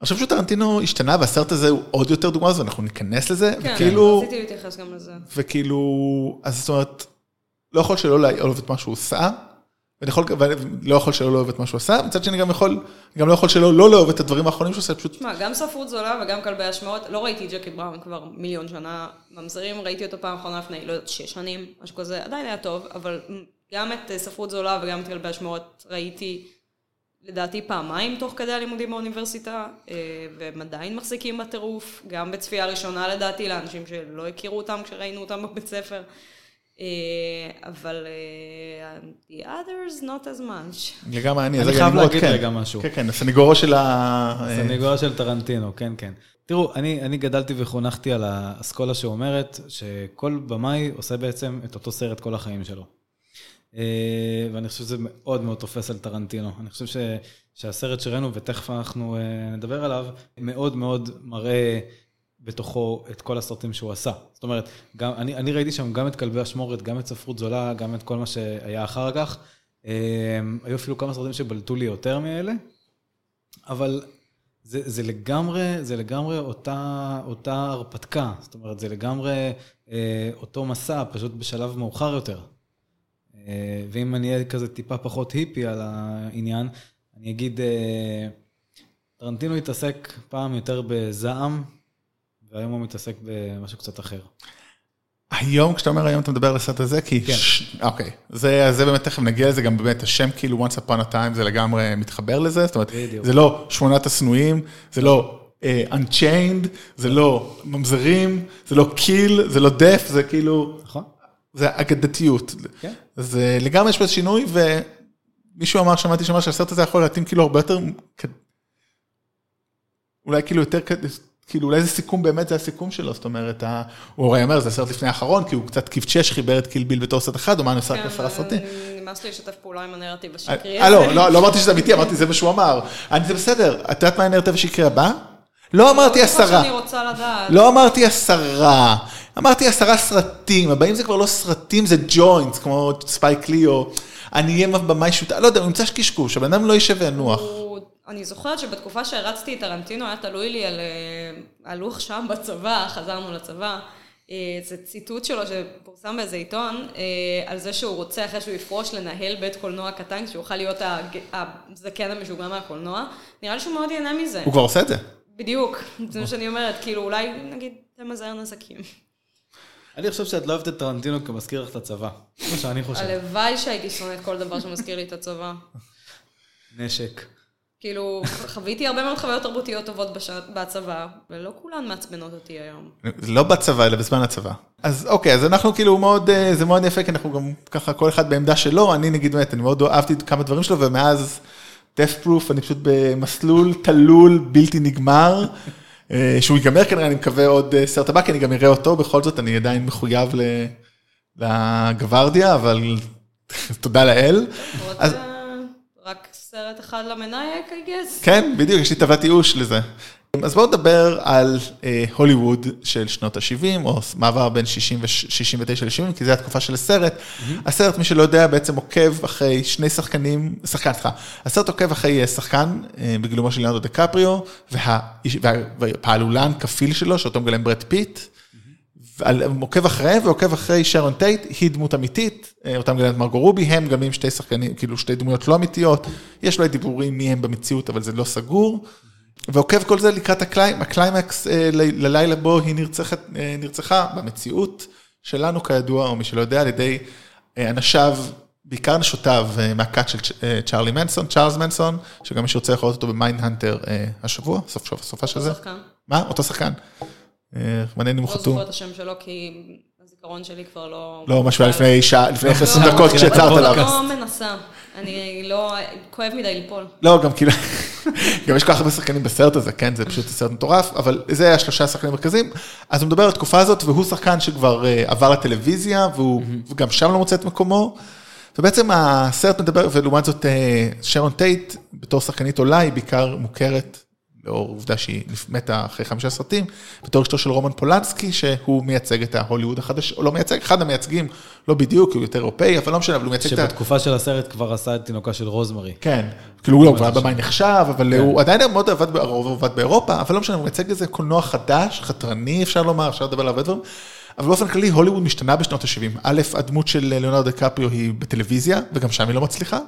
אני חושב שטרנטינו השתנה, והסרט הזה הוא עוד יותר דוגמה לזה, אנחנו ניכנס לזה, כן, כאילו- וכאילו, רציתי להתייחס גם לזה. וכאילו, אז זאת אומרת, לא יכול שלא לאהוב את מה שהוא עשה, ואני יכול- ולא יכול שלא לאהוב את מה שהוא עשה, מצד שני גם יכול, גם לא יכול שלא לא לאהוב את הדברים האחרונים שהוא עושה, פשוט, תשמע, גם ספרות זולה וגם כלבי השמעות, לא ראיתי את ג'קי בראון כבר מיליון שנה, ממזרים, ראיתי אותו פעם אחרונה לפני, לא יודעת, שש שנים, משהו כזה, עדיין היה טוב, אבל גם את אה, ספרות זולה וגם את כלבי השמעות ראיתי, לדעתי, פעמיים תוך כדי הלימודים באוניברסיטה, אה, והם עדיין מחזיקים בטירוף, גם בצפייה ראשונה לדעתי, לאנשים שלא הכירו אותם כשראינו אותם בבית ספר. אה, אבל אה, the others not as much. לגמרי אני, אז אני רגע, חייב נמרוד, להגיד כן. רגע משהו. כן, כן, הסנגורו של ה... סניגור של אה, טרנטינו, כן, כן. תראו, אני, אני גדלתי וחונכתי על האסכולה שאומרת שכל במאי עושה בעצם את אותו סרט כל החיים שלו. אה, ואני חושב שזה מאוד מאוד תופס על טרנטינו. אני חושב ש, שהסרט שראינו, ותכף אנחנו אה, נדבר עליו, מאוד מאוד מראה בתוכו את כל הסרטים שהוא עשה. זאת אומרת, גם, אני, אני ראיתי שם גם את כלבי אשמורת, גם את ספרות זולה, גם את כל מה שהיה אחר כך. אה, היו אפילו כמה סרטים שבלטו לי יותר מאלה, אבל זה, זה לגמרי, זה לגמרי אותה, אותה הרפתקה. זאת אומרת, זה לגמרי אה, אותו מסע, פשוט בשלב מאוחר יותר. אה, ואם אני אהיה כזה טיפה פחות היפי על העניין, אני אגיד, אה, טרנטינו התעסק פעם יותר בזעם, והיום הוא מתעסק במשהו קצת אחר. היום, כשאתה אומר היום, אתה מדבר על הסרט הזה, כי... כן. ש- אוקיי. זה זה באמת, תכף נגיע לזה, גם באמת, השם כאילו, once upon a time, זה לגמרי מתחבר לזה, זאת אומרת, בדיוק. זה לא שמונת השנואים, זה לא אה, Unchained, זה לא ממזרים, זה לא קיל, זה לא דף, זה כאילו... נכון? זה אגדתיות. כן. אז אה, לגמרי יש פה איזה שינוי, ומישהו אמר, שמעתי שאמר שהסרט הזה יכול להתאים כאילו הרבה יותר, כ- אולי כאילו יותר, כ- כאילו אולי זה סיכום, באמת זה הסיכום שלו, זאת אומרת, ה- הוא הרי אומר, זה הסרט לפני האחרון, כי הוא קצת קיבצ'ש חיבר את קיל ביל בתור סרט אחד, הוא אמר, אני עושה רק עשרה סרטים. כן, אה, נמאס לי לשתף פעולה עם הנרטיב השקרי אה, לא, לא, לא אמרתי שזה אמיתי, אמרתי זה מה שהוא אמר. אני, זה בסדר, את יודעת מה הנרטיב השקרי הבא? לא אמרתי זה מה עשרה. שאני רוצה לדעת. לא אמרתי עשרה, אמרתי עשרה סרטים, הבאים זה כבר לא סרטים, זה ג'וינטס, כמו ספייק לי או אני אהיה במאי שותף, לא יודע, הוא ימצא קשקוש, הבן אדם לא יישב וינוח. הוא- אני זוכרת שבתקופה שהרצתי את טרנטינו, היה תלוי לי על אה, הלוח שם בצבא, חזרנו לצבא. אה, זה ציטוט שלו שפורסם באיזה עיתון, אה, על זה שהוא רוצה אחרי שהוא יפרוש לנהל בית קולנוע קטן, כשהוא יוכל להיות הג- הזקן המשוגע מהקולנוע. נראה לי שהוא מאוד ייהנה מזה. הוא כבר עושה את זה. בדיוק, זה מה שאני אומרת, כאילו אולי נגיד תמזער נזקים. אני חושב שאת לא אוהבת את טרנטינו כי מזכיר לך את הצבא. זה מה שאני חושב. הלוואי שהייתי שונאת כל דבר שמזכיר לי את הצבא. נשק. כאילו, חוויתי הרבה מאוד חוויות תרבותיות טובות בש... בצבא, ולא כולן מעצבנות אותי היום. זה לא בצבא, אלא בזמן הצבא. אז אוקיי, אז אנחנו כאילו מאוד, אה, זה מאוד יפה, כי אנחנו גם ככה כל אחד בעמדה שלו, אני נגיד באמת, אני מאוד אהבתי כמה דברים שלו, ומאז death proof, אני פשוט במסלול תלול, בלתי נגמר, אה, שהוא ייגמר כנראה, אני מקווה עוד אה, סרט הבא, כי אני גם אראה אותו, בכל זאת, אני עדיין מחויב ל- לגווארדיה, אבל תודה לאל. עוד אז- אה, רק סרט אחד למנאייק, I guess. כן, בדיוק, יש לי תוות ייאוש לזה. אז בואו נדבר על אה, הוליווד של שנות ה-70, או מעבר בין 60 ו- 69 ל-70, כי זו התקופה של הסרט. הסרט, מי שלא יודע, בעצם עוקב אחרי שני שחקנים, שחקן, סליחה, הסרט עוקב אחרי אה, שחקן אה, בגילומו של ליאונדו דקפריו, והאיש- וה- והפעלולן כפיל שלו, שאותו מגלם ברד פיט, ועל- עוקב אחריהם ועוקב אחרי שרון טייט, היא דמות אמיתית, אה, אותה מגלמת מרגו רובי, הם מגלמים שתי שחקנים, כאילו שתי דמויות לא אמיתיות, יש אולי דיבורים מי הם במציאות, אבל זה לא סגור. ועוקב כל זה לקראת הקלי, הקליימקס אה, ל- ללילה בו היא נרצחת, אה, נרצחה במציאות שלנו כידוע, או מי שלא יודע, על ידי אה, אנשיו, בעיקר נשותיו אה, מהכת של צ'- אה, צ'ארלי מנסון, צ'ארלס מנסון, שגם מי שרוצה יכול לראות אותו במיינדהנטר אה, השבוע, סוף סוף, סופה של זה. שחקן. מה? אותו שחקן. אה, רחמננו לא מוחתום. זוכרת את השם שלו, כי הזיכרון שלי כבר לא... לא, משהו היה לפני שעה, לפני 20 לא, דקות לא, כשיצרת לא, עליו. לא מנסה. אני לא... כואב מדי ליפול. לא, גם כאילו, גם יש כל כך הרבה שחקנים בסרט הזה, כן? זה פשוט סרט מטורף, אבל זה השלושה שחקנים המרכזיים. אז הוא מדבר על התקופה הזאת, והוא שחקן שכבר אה, עבר לטלוויזיה, והוא גם שם לא מוצא את מקומו. ובעצם הסרט מדבר, ולעומת זאת, אה, שרון טייט, בתור שחקנית עולה, היא בעיקר מוכרת, לאור העובדה שהיא מתה אחרי חמישה סרטים, בתור אשתו של רומן פולנסקי, שהוא מייצג את ההוליווד החדש, או לא מייצג, אחד המייצגים, לא בדיוק, הוא יותר אירופאי, אבל לא משנה, אבל הוא מייצג את ה... שבתקופה של הסרט כבר עשה את תינוקה של רוזמרי. כן, כאילו הוא לא כבר היה במאי נחשב, אבל הוא עדיין מאוד עבד, הרוב עבד באירופה, אבל לא משנה, הוא מייצג איזה קולנוע חדש, חתרני אפשר לומר, אפשר לדבר על הרבה דברים, אבל באופן כללי הוליווד משתנה בשנות ה-70. א', הדמות של ליאונרד דקפריו היא בטלוויזיה, וגם שם היא לא מצליחה.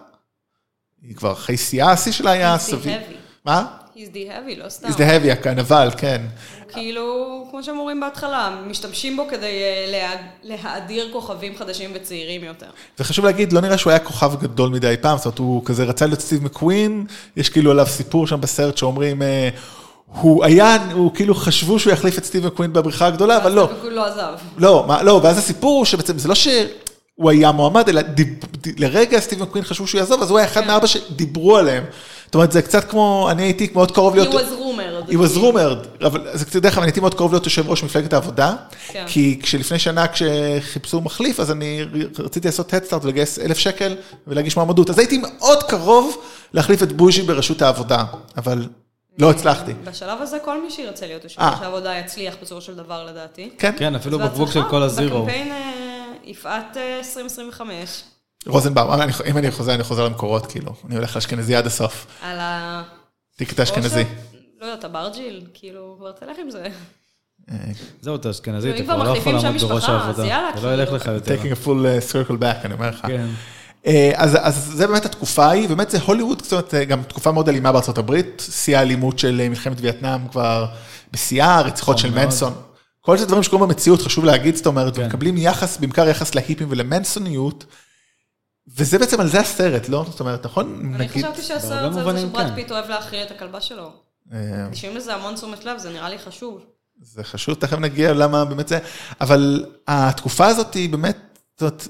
היא כבר אחרי שיאה, השיא שלה היה He's the סביב. heavy. מה? He's the heavy, לא סתם. Is the heavy, הקרנבל, כן. כאילו, כמו שהם אומרים בהתחלה, משתמשים בו כדי אה, לה- להאדיר כוכבים חדשים וצעירים יותר. וחשוב להגיד, לא נראה שהוא היה כוכב גדול מדי פעם, זאת אומרת, הוא כזה רצה להיות סטיב מקווין, יש כאילו עליו סיפור שם בסרט שאומרים, אה, הוא היה, הוא כאילו חשבו שהוא יחליף את סטיב מקווין בבריכה הגדולה, אבל לא. הוא לא עזב. לא, מה, לא, ואז הסיפור הוא שבעצם זה לא שהוא היה מועמד, אלא דיב, ד, לרגע סטיב מקווין חשבו כן. שהוא יעזוב, אז הוא היה אחד מארבע שדיברו עליהם. זאת אומרת, זה קצת כמו, אני הייתי מאוד קרוב He להיות... was rumored. כאילו. אומרד. He was rumored, אבל זה קצת דרך אגב, אני הייתי מאוד קרוב להיות יושב ראש מפלגת העבודה, כן. כי כשלפני שנה כשחיפשו מחליף, אז אני ר- רציתי לעשות הדסטארט ולגייס אלף שקל ולהגיש מועמדות. אז הייתי מאוד קרוב להחליף את בוז'י בראשות העבודה, אבל לא הצלחתי. בשלב הזה כל מי שירצה להיות יושב אה. ראש העבודה יצליח בסופו של דבר לדעתי. כן, כן, אפילו אז בקבוק של בהצלחה, כל הזירו. בקמפיין אה, יפעת אה, 2025, רוזנבאום, אבל אני- אם אני חוזר, אני חוזר למקורות, כאילו. אני הולך לאשכנזי עד הסוף. על ה... תיק את האשכנזי. או ש- לא יודעת, אברג'יל, כאילו, כבר תלך עם זה. אה, זהו, אתה אשכנזי, אם אתה כבר כבר לא יכול מחליפים שם לעמוד בראש משפחה, אז העבודה. יאללה, זה לא ילך כאילו. לך יותר. taking a full uh, circle back, אני אומר לך. כן. אה, אז, אז זה באמת התקופה ההיא, באמת זה הוליווד, זאת אומרת, אה, גם תקופה מאוד אלימה בארצות הברית, שיא האלימות של אה, מלחמת וייטנאם כבר בשיאה, רציחות של נכון מאוד. מנסון. כל זה דברים שקורים במציאות, חשוב להגיד, זאת אומרת, כן. מקבלים יחס, בעיקר יחס להיפים ולמנסוניות, וזה בעצם על זה הסרט, לא? זאת אומרת, נכון? אני חשבתי בהרבה שהסרט זה מובנים זה שברד כן. פיט אוהב להכריע את הכלבה שלו. אה, נשארים לזה המון תשומת לב, זה נראה לי חשוב. זה חשוב, תכף נגיע למה באמת זה, אבל התקופה הזאת היא באמת, זאת,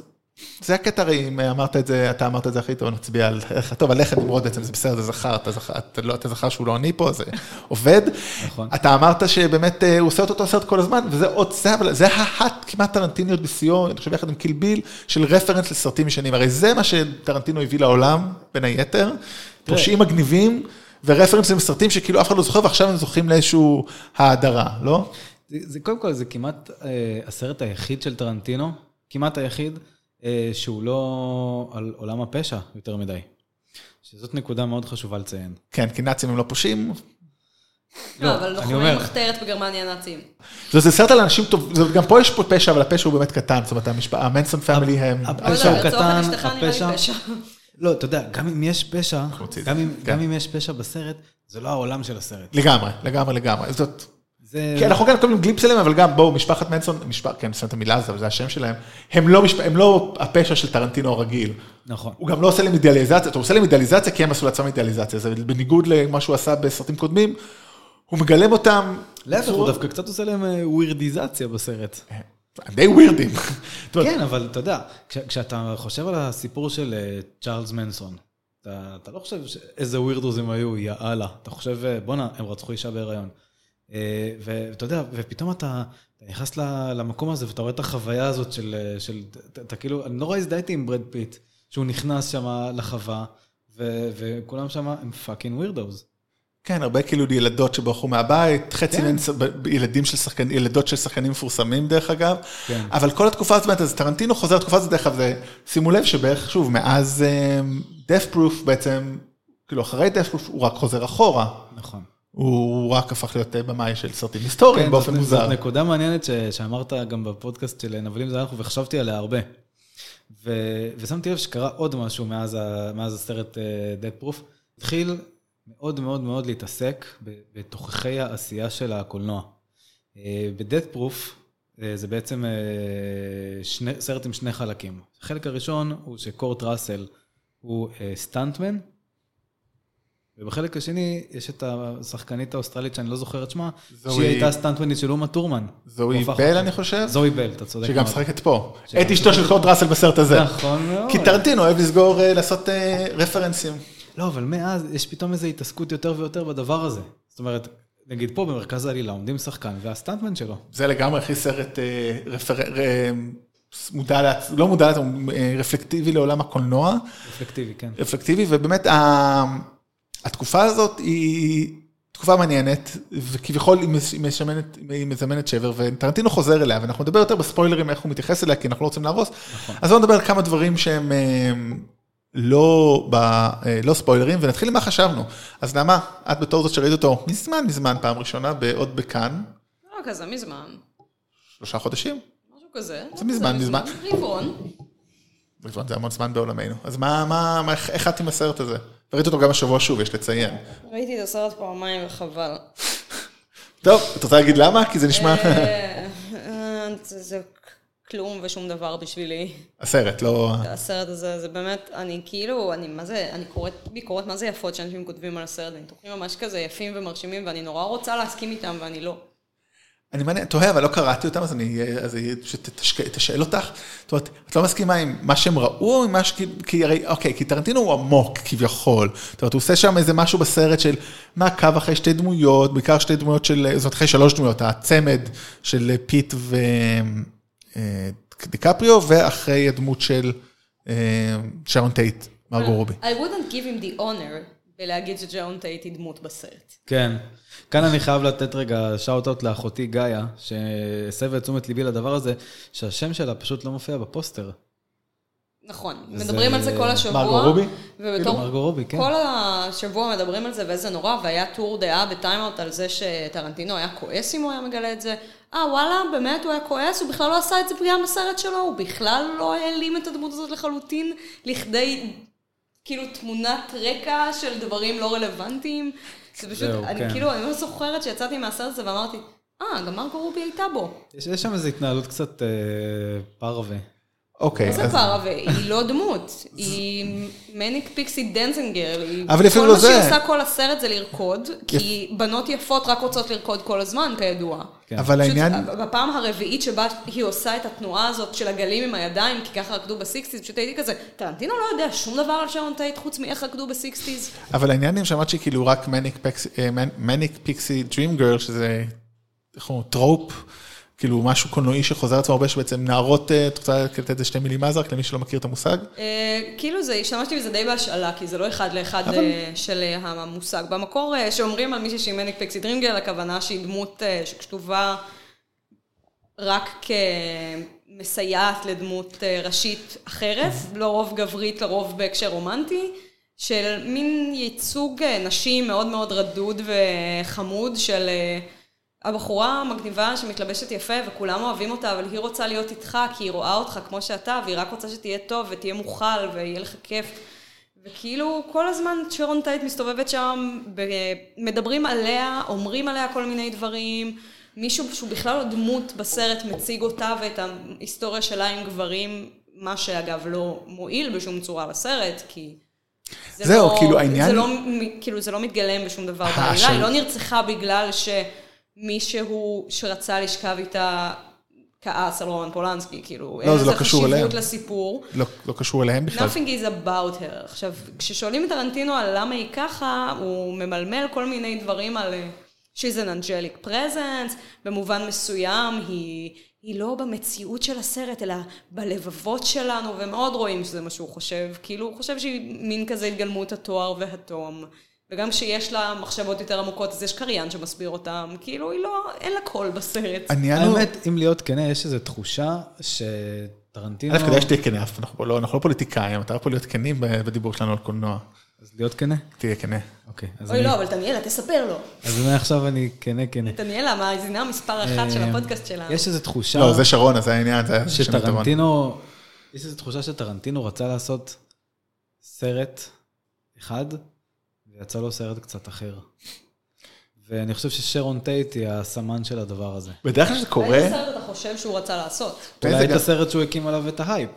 זה הקטע הרי, אם אמרת את זה, אתה אמרת את זה הכי טוב, נצביע על איך, טוב, על איך נמרוד בעצם, זה בסדר, זה זכר, אתה זכר, אתה לא, אתה זכר שהוא לא עני פה, זה עובד. נכון. אתה אמרת שבאמת אה, הוא עושה את אותו סרט כל הזמן, וזה עוד, זה, אבל זה ההט כמעט טרנטיניות בשיאו, אני חושב יחד עם קיל ביל, של רפרנס לסרטים ישנים, הרי זה מה שטרנטינו הביא לעולם, בין היתר, פושעים מגניבים. ורפרנסים לסרטים שכאילו אף אחד לא זוכר, ועכשיו הם זוכים לאיזשהו האדרה, לא? זה, זה קודם כל, זה כמעט אה, הסרט היחיד של טרנטינו, כמעט היחיד, אה, שהוא לא על עולם הפשע יותר מדי. שזאת נקודה מאוד חשובה לציין. כן, כי נאצים הם לא פושעים. לא, אבל אני לוחמי אומר- אה, מחתרת בגרמניה הנאצים. זה, זה סרט על אנשים טוב, זה, גם פה יש פה פשע, אבל הפשע הוא באמת קטן, זאת אומרת, המשפחה, המנסון פמילי הם... לא הפשע יודע, הוא לצורך קטן, אשתך נראה הפשע- לי פשע. לא, אתה יודע, גם אם יש פשע, רוצים את גם זה, אם, כן. גם אם יש פשע בסרט, זה לא העולם של הסרט. לגמרי, לגמרי, לגמרי. זאת... זה... כן, אנחנו כן מקבלים גליפס אליהם, אבל גם, בואו, משפחת מנסון, משפח, כן, אני שונא את המילה הזאת, אבל זה השם שלהם, הם לא, משפ... הם לא הפשע של טרנטינו הרגיל. נכון. הוא גם לא עושה להם אידיאליזציה, הוא עושה להם אידיאליזציה כי הם עשו לעצמם אידיאליזציה, זה בניגוד למה שהוא עשה בסרטים קודמים, הוא מגלם אותם. להפך, הוא בצורה- דווקא קצת עושה להם אה, ווירדיזציה בסרט. הם די ווירדים. זאת אומרת, כן, אבל אתה יודע, כש, כשאתה חושב על הסיפור של אה, צ'ארלס מנסון, אתה, אתה לא חושב ש- איזה ווירדוס הם היו, יא אללה. אתה חושב, אה, בואנה, הם רצחו אישה בהיריון. אה, ואתה יודע, ופתאום אתה, אתה נכנס ל- למקום הזה ואתה רואה את החוויה הזאת של... אה, של אתה, אתה כאילו, אני נורא הזדהיתי עם ברד פיט, שהוא נכנס שם לחווה, ו, וכולם שם הם פאקינג ווירדוס. כן, הרבה כאילו ילדות שברחו מהבית, חצי כן. מהן ס- ב- ב- ילדים של שחקנים, ילדות של שחקנים מפורסמים דרך אגב, כן. אבל כל התקופה הזאת, אז טרנטינו חוזר לתקופה הזאת דרך אגב, זה- שימו לב שבערך, שוב, מאז אמ, death proof בעצם, כאילו אחרי death proof הוא רק חוזר אחורה, נכון. הוא רק הפך להיות אה, במאי של סרטים היסטוריים באופן כן, זאת, מוזר. זאת נקודה מעניינת ש, שאמרת גם בפודקאסט של נבלים זה אנחנו, וחשבתי עליה הרבה. ו, ושמתי לב שקרה עוד משהו מאז, ה, מאז הסרט דד פרוף. התחיל מאוד מאוד מאוד להתעסק ב- בתוככי העשייה של הקולנוע. אה, בדד פרוף זה בעצם אה, שני, סרט עם שני חלקים. החלק הראשון הוא שקורט ראסל הוא אה, סטנטמן, ובחלק השני יש את השחקנית האוסטרלית שאני לא זוכר את שמה, זוהי- שהיא הייתה סטנטמנית של אומה טורמן. הוא זוהי הפך בל, אותה. אני חושב, זוהי בל, אתה צודק. שגם מאוד. משחקת פה. שגם את אשתו של קוד ראסל בסרט הזה. נכון מאוד. כי טרנטינו אוהב לסגור, אה, לעשות אה, רפרנסים. לא, אבל מאז יש פתאום איזו התעסקות יותר ויותר בדבר הזה. זאת אומרת, נגיד פה במרכז העלילה עומדים שחקן והסטנטמן שלו. זה לגמרי הכי סרט אה, רפר... אה, מודע לעצ... לא מודע לעצמו, אה, רפלקטיבי לעולם הקולנוע, רפלקטיבי, כן. רפלקטיבי, ובאמת ה... התקופה הזאת היא תקופה מעניינת, וכביכול היא מש- משמנת, היא מזמנת שבר, וטרנטינו חוזר אליה, ואנחנו נדבר יותר בספוילרים איך הוא מתייחס אליה, כי אנחנו לא רוצים להרוס, נכון. אז בואו נדבר על כמה דברים שהם אה, לא, ב, אה, לא ספוילרים, ונתחיל עם מה חשבנו. אז נעמה, את בתור זאת שראית אותו מזמן מזמן פעם ראשונה, בעוד בכאן, לא כזה מזמן, שלושה חודשים. משהו כזה. זה מזמן, מזמן. רבעון. רבעון זה המון זמן בעולמנו. אז מה, מה, מה איך- איך את עם הסרט הזה? וראית אותו גם השבוע שוב, יש לציין. ראיתי את הסרט פעמיים וחבל. טוב, את רוצה להגיד למה? כי זה נשמע... אה, אה, זה זה כלום ושום דבר בשבילי. הסרט, לא... הסרט הזה, זה באמת, אני כאילו, אני מה זה, אני קוראת ביקורות מה זה יפות שאנשים כותבים על הסרט, הם תוכנים ממש כזה יפים ומרשימים, ואני נורא רוצה להסכים איתם, ואני לא. אני מעניין, תוהה, אבל לא קראתי אותם, אז אני אז אני פשוט תשק- תשאל אותך. זאת אומרת, את לא מסכימה עם מה שהם ראו, או עם מה ש... כי- כי הרי, אוקיי, כי טרנטינו הוא עמוק, כביכול. זאת אומרת, הוא עושה שם איזה משהו בסרט של מעקב אחרי שתי דמויות, בעיקר שתי דמויות של... זאת אומרת, אחרי שלוש דמויות, הצמד של פיט ו... אה, דיקפריו, ואחרי הדמות של אה, שרון טייט, מרגו רובי. I wouldn't give him the honor בלהגיד שג'ון טייט היא דמות בסרט. כן. כאן אני חייב לתת רגע שאוט-אוט לאחותי גאיה, שהסבה את תשומת ליבי לדבר הזה, שהשם שלה פשוט לא מופיע בפוסטר. נכון, זה- מדברים על זה כל השבוע. מרגו רובי? ובתור... מרגו רובי, כן. כל השבוע מדברים על זה, ואיזה נורא, והיה טור דעה בטיימאוט על זה שטרנטינו היה כועס אם הוא היה מגלה את זה. אה, וואלה, באמת הוא היה כועס? הוא בכלל לא עשה את זה גם בסרט שלו, הוא בכלל לא העלים את הדמות הזאת לחלוטין, לכדי כאילו תמונת רקע של דברים לא רלוונטיים. זה פשוט, זהו, אני כן. כאילו, אני לא זוכרת שיצאתי מהסרט הזה ואמרתי, אה, גם מרגו רובי הייתה בו. יש יש שם איזו התנהלות קצת אה, פרווה. אוקיי, מה אה, זה פרה? היא לא דמות, היא מניק פיקסי דנסינג גרל. היא- אבל אפילו לא כל זה. מה שהיא עושה כל הסרט זה לרקוד, כי בנות יפות רק רוצות לרקוד כל הזמן, כידוע. כן. אבל פשוט אה, העניין... בפעם הרביעית שבה היא עושה את התנועה הזאת של הגלים עם הידיים, כי ככה רקדו בסיקסטיז, פשוט הייתי כזה, טרנטינו לא יודע שום דבר על שרון טייט חוץ מאיך רקדו בסיקסטיז. אבל העניין אם שאמרת שהיא כאילו רק מניק פיקסי דרים גרל, שזה איך אומרים, טרופ, כאילו משהו קולנועי שחוזר עצמו הרבה, שבעצם נערות, אה, את רוצה לתת איזה שתי מילים אז רק למי שלא מכיר את המושג? אה, כאילו זה, השתמשתי בזה די בהשאלה, כי זה לא אחד לאחד אה, של אה, המושג. במקור אה, שאומרים על מישהי שהיא מניק פקסי דרינגל, הכוונה שהיא דמות אה, שכתובה רק כמסייעת לדמות אה, ראשית אחרת, לרוב גברית, לרוב בהקשר רומנטי, של מין ייצוג אה, נשי מאוד מאוד רדוד וחמוד של... אה, הבחורה המגניבה שמתלבשת יפה וכולם אוהבים אותה, אבל היא רוצה להיות איתך כי היא רואה אותך כמו שאתה, והיא רק רוצה שתהיה טוב ותהיה מוכל ויהיה לך כיף. וכאילו כל הזמן שרון טייט מסתובבת שם, ב- מדברים עליה, אומרים עליה כל מיני דברים. מישהו שהוא בכלל לא דמות בסרט מציג אותה ואת ההיסטוריה שלה עם גברים, מה שאגב לא מועיל בשום צורה לסרט, כי... זה זהו, לא, כאילו, העניין- זה לא, מ- כאילו, זה לא מתגלם בשום דבר אה, בעלילה, של- היא לא נרצחה בגלל שמישהו שרצה לשכב איתה כעס על רומן פולנסקי, כאילו, לא, זה לא קשור אין אליהם. לזה חשיבות לסיפור. לא, לא קשור אליהם בכלל. Nothing is about her. עכשיו, כששואלים את טרנטינו על למה היא ככה, הוא ממלמל כל מיני דברים על אה, She's an angelic presence, במובן מסוים היא, היא לא במציאות של הסרט, אלא בלבבות שלנו, ומאוד רואים שזה מה שהוא חושב. כאילו, הוא חושב שהיא מין כזה התגלמות התואר והתום. וגם כשיש לה מחשבות יותר עמוקות, אז יש קריין שמסביר אותם. כאילו, היא לא, אין לה קול בסרט. העניין הוא... האמת, אם להיות כנה, יש איזו תחושה שטרנטינו... א', כדאי שתהיה כנה, אף- אנחנו פה לא אנחנו לא פוליטיקאים, אתה פה להיות כנים ב- בדיבור שלנו על קולנוע. אז להיות כנה? תהיה כנה. אוקיי. אז אוי, אני- לא, אבל תניאלה, תספר לו. אז מעכשיו אני כנה כנה. תניאלה, המאזינה מספר אחת של אה, הפודקאסט שלנו. יש איזו תחושה... לא, זה שרונה, זה העניין, זה היה שם יתרון. שטרנטינו, יש איזו תחושה שטרנטינו רצה לעשות סרט אחד, ויצא לו סרט קצת אחר. ואני חושב ששרון טייט היא הסמן של הדבר הזה. בדרך כלל שזה קורה, איזה סרט אתה חושב שהוא רצה לעשות? איזה אולי את גל- הסרט שהוא הקים עליו את ההייפ.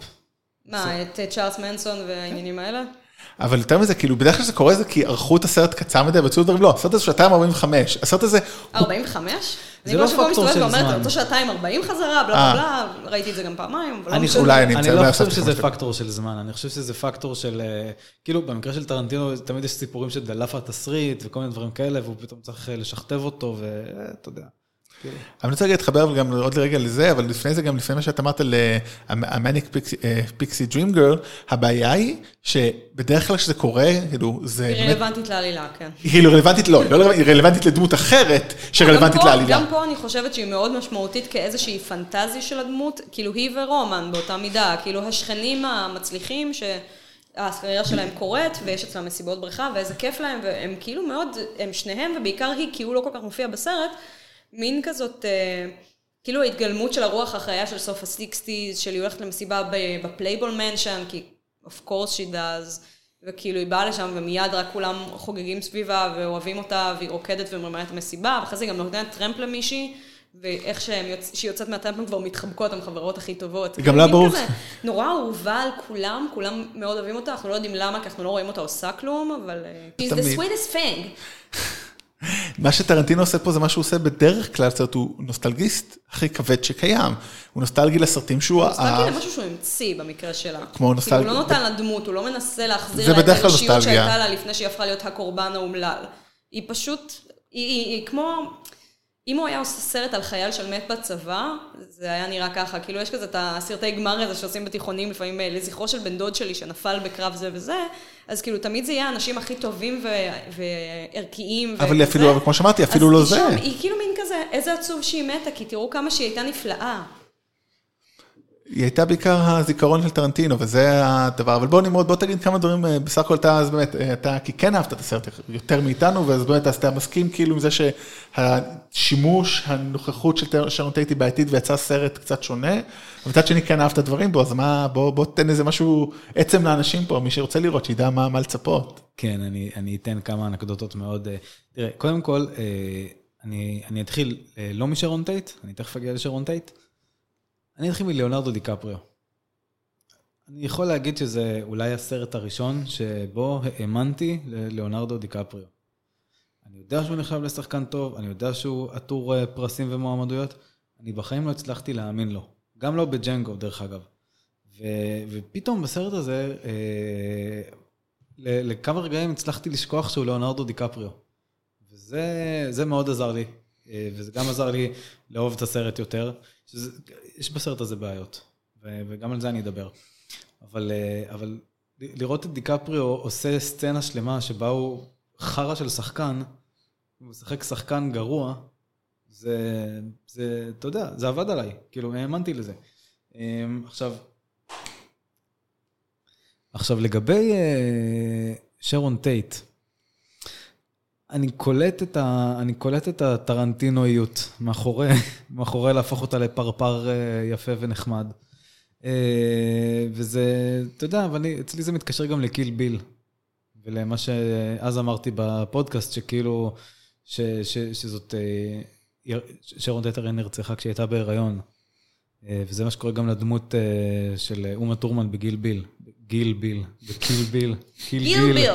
מה, את אה, צ'ארלס מנסון והעניינים האלה? כן. אבל יותר מזה, כאילו, בדרך כלל שזה קורה זה כי ערכו את הסרט קצר מדי, והוציאו דברים, לא, הסרט הזה שעתיים 45, הסרט הזה, 45? זה לא פקטור של אני כל שבוע מסתובבת ואומרת, זמן. אתה רוצה שעתיים 40 חזרה, בלה בלה בלה, ראיתי את זה גם פעמיים, אבל לא אני משנה. אולי אני אני אמצא לא מהסוף חושב של חמש שזה פקטור של זמן, אני חושב שזה פקטור של... אה, כאילו, במקרה של טרנטינו, תמיד יש סיפורים של דלף התסריט וכל מיני דברים כאלה, והוא פתאום צריך אה, לשכתב אותו, ואתה יודע. אבל אני רוצה רגע להתחבר אבל גם עוד לרגע לזה, אבל לפני זה, גם לפני מה שאת אמרת על אה, המניק אה, פיקסי דרים גרל, הבעיה היא שבדרך כלל כשזה קורה, כאילו, זה היא באמת, רלוונטית לעלילה, כן. היא כאילו רלוונטית, לא, היא לא רלוונטית, היא רלוונטית לדמות אחרת גם שרלוונטית פה- לעלילה. גם פה אני חושבת שהיא מאוד משמעותית כאיזושהי פנטזיה של הדמות, כאילו היא ורומן באותה מידה, כאילו השכנים המצליחים ש... הקריירה שלהם קורית, ויש אצלם מסיבות בריכה, ואיזה כיף להם, והם כאילו מאוד, הם שניהם, ובעיקר היא, כי הוא לא כל כך מופיע בסרט, מין כזאת, אה, כאילו ההתגלמות של הרוח החיה של סוף הסיקסטיז, של היא הולכת למסיבה ב- בפלייבול מנשן, כי of course she does, וכאילו היא באה לשם ומיד רק כולם חוגגים סביבה ואוהבים אותה, והיא רוקדת ומרימה את המסיבה, ואחרי זה היא גם נותנת טרמפ למישהי, ואיך שהן יוצ- שהיא יוצאת מהטרמפ הן כבר מתחבקות, הן חברות הכי טובות. גם לא מין ברור. כזה נורא אהובה על כולם, כולם מאוד אוהבים אותה, אנחנו לא יודעים למה, כי אנחנו לא רואים אותה עושה כלום, אבל... אה, She's the תמיד. sweetest thing. מה שטרנטינו עושה פה זה מה שהוא עושה בדרך כלל, זאת אומרת, הוא נוסטלגיסט הכי כבד שקיים. הוא נוסטלגי לסרטים שהוא נוסטלגיה אהב. זה משהו שהוא המציא במקרה שלה. אוקיי. כמו נוסטלגיה. כאילו, הוא לא נותן לה דמות, הוא לא מנסה להחזיר זה לה את בדרך כלל האישיות נוסטלגיה. שהייתה לה לפני שהיא הפכה להיות הקורבן האומלל. היא פשוט, היא, היא, היא כמו, אם הוא היה עושה סרט על חייל של מת בצבא, זה היה נראה ככה. כאילו, יש כזה את הסרטי גמר הזה שעושים בתיכונים לפעמים אה, לזכרו של בן דוד שלי שנפל בקרב זה וזה, אז כאילו, תמיד זה יהיה האנשים הכי טובים ו- וערכיים. אבל וכזה. היא אפילו, אבל כמו שאמרתי, אפילו לא אז היא זה. שם, היא כאילו מין כזה, איזה עצוב שהיא מתה, כי תראו כמה שהיא הייתה נפלאה. היא הייתה בעיקר הזיכרון של טרנטינו, וזה הדבר. אבל בוא נמרוד, בוא תגיד כמה דברים, אה, בסך הכל אתה, אז באמת, אה, אתה כי כן אהבת את הסרט יותר מאיתנו, ואז באמת, אז אתה מסכים כאילו עם זה שהשימוש, הנוכחות של טר- שרון טייט היא בעייתית ויצא סרט קצת שונה, ומצד שני כן אהבת דברים בו, אז מה, בוא, בוא תן איזה משהו, עצם לאנשים פה, מי שרוצה לראות, שידע מה, מה לצפות. כן, אני, אני אתן כמה אנקדוטות מאוד... אה, תראה, קודם כל, אה, אני, אני אתחיל אה, לא משרון טייט, אני תכף אגיע לשרון טייט. אני אתחיל מליאונרדו דיקפריו. אני יכול להגיד שזה אולי הסרט הראשון שבו האמנתי לליאונרדו דיקפריו. אני יודע שהוא נחשב לשחקן טוב, אני יודע שהוא עטור אה, פרסים ומועמדויות, אני בחיים לא הצלחתי להאמין לו. גם לא בג'נגו, דרך אגב. ו, ופתאום בסרט הזה, אה, ל- לכמה רגעים הצלחתי לשכוח שהוא ליאונרדו דיקפריו. וזה זה מאוד עזר לי, אה, וזה גם עזר לי לאהוב את הסרט יותר. שזה, יש בסרט הזה בעיות, ו, וגם על זה אני אדבר. אבל, אה, אבל ל- לראות את דיקפריו עושה סצנה שלמה שבה הוא חרא של שחקן, הוא משחק שחקן גרוע, זה, זה, אתה יודע, זה עבד עליי, כאילו, האמנתי לזה. אה, עכשיו, עכשיו, לגבי אה, שרון טייט, אני קולט את, ה, אני קולט את הטרנטינואיות מאחורי, מאחורי להפוך אותה לפרפר אה, יפה ונחמד. אה, וזה, אתה יודע, אבל אני, אצלי זה מתקשר גם לקיל ביל, ולמה שאז אמרתי בפודקאסט, שכאילו, ש, ש, שזאת, אה, יר- ש- שרון טייט הרי נרצחה כשהיא הייתה בהיריון. אה, וזה מה שקורה גם לדמות אה, של אה, אומה טורמן בגיל ביל. גיל ביל, בקיל ביל. קיל גיל ביל.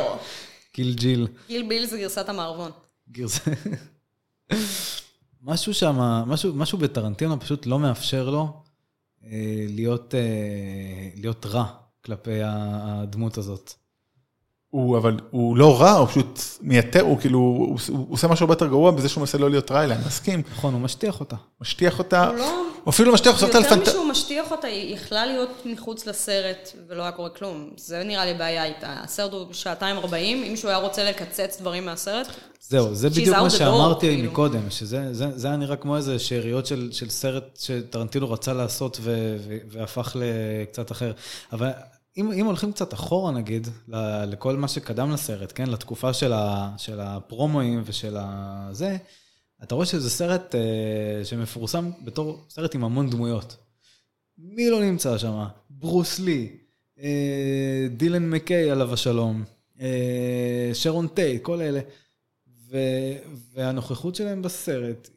קיל ג'יל. גיל ביל זה גרסת המערבון. אה. גרסה. משהו שם, משהו, משהו בטרנטינו פשוט לא מאפשר לו אה, להיות, אה, להיות רע כלפי ה- הדמות הזאת. הוא אבל הוא לא רע, הוא פשוט מייתר, הוא כאילו, הוא, הוא, הוא עושה משהו הרבה יותר גרוע בזה שהוא מנסה לא להיות רע אליה, אני מסכים, נכון, הוא משטיח אותה. משטיח אותה, הוא לא... הוא אפילו משטיח, חשבת על יותר פנט... משהוא משטיח אותה, היא יכלה להיות מחוץ לסרט ולא היה קורה כלום. זה נראה לי בעיה איתה. הסרט הוא שעתיים ארבעים, אם שהוא היה רוצה לקצץ דברים מהסרט, זהו, זה She's בדיוק out מה the door, שאמרתי כאילו. מקודם, שזה זה, זה היה נראה כמו איזה שאריות של, של סרט שטרנטינו רצה לעשות ו, ו, והפך לקצת אחר. אבל אם, אם הולכים קצת אחורה, נגיד, ל, לכל מה שקדם לסרט, כן? לתקופה של, ה, של הפרומואים ושל ה... זה, אתה רואה שזה סרט אה, שמפורסם בתור סרט עם המון דמויות. מי לא נמצא שם? ברוס לי, אה, דילן מקיי עליו השלום, אה, שרון טייט, כל אלה. ו, והנוכחות שלהם בסרט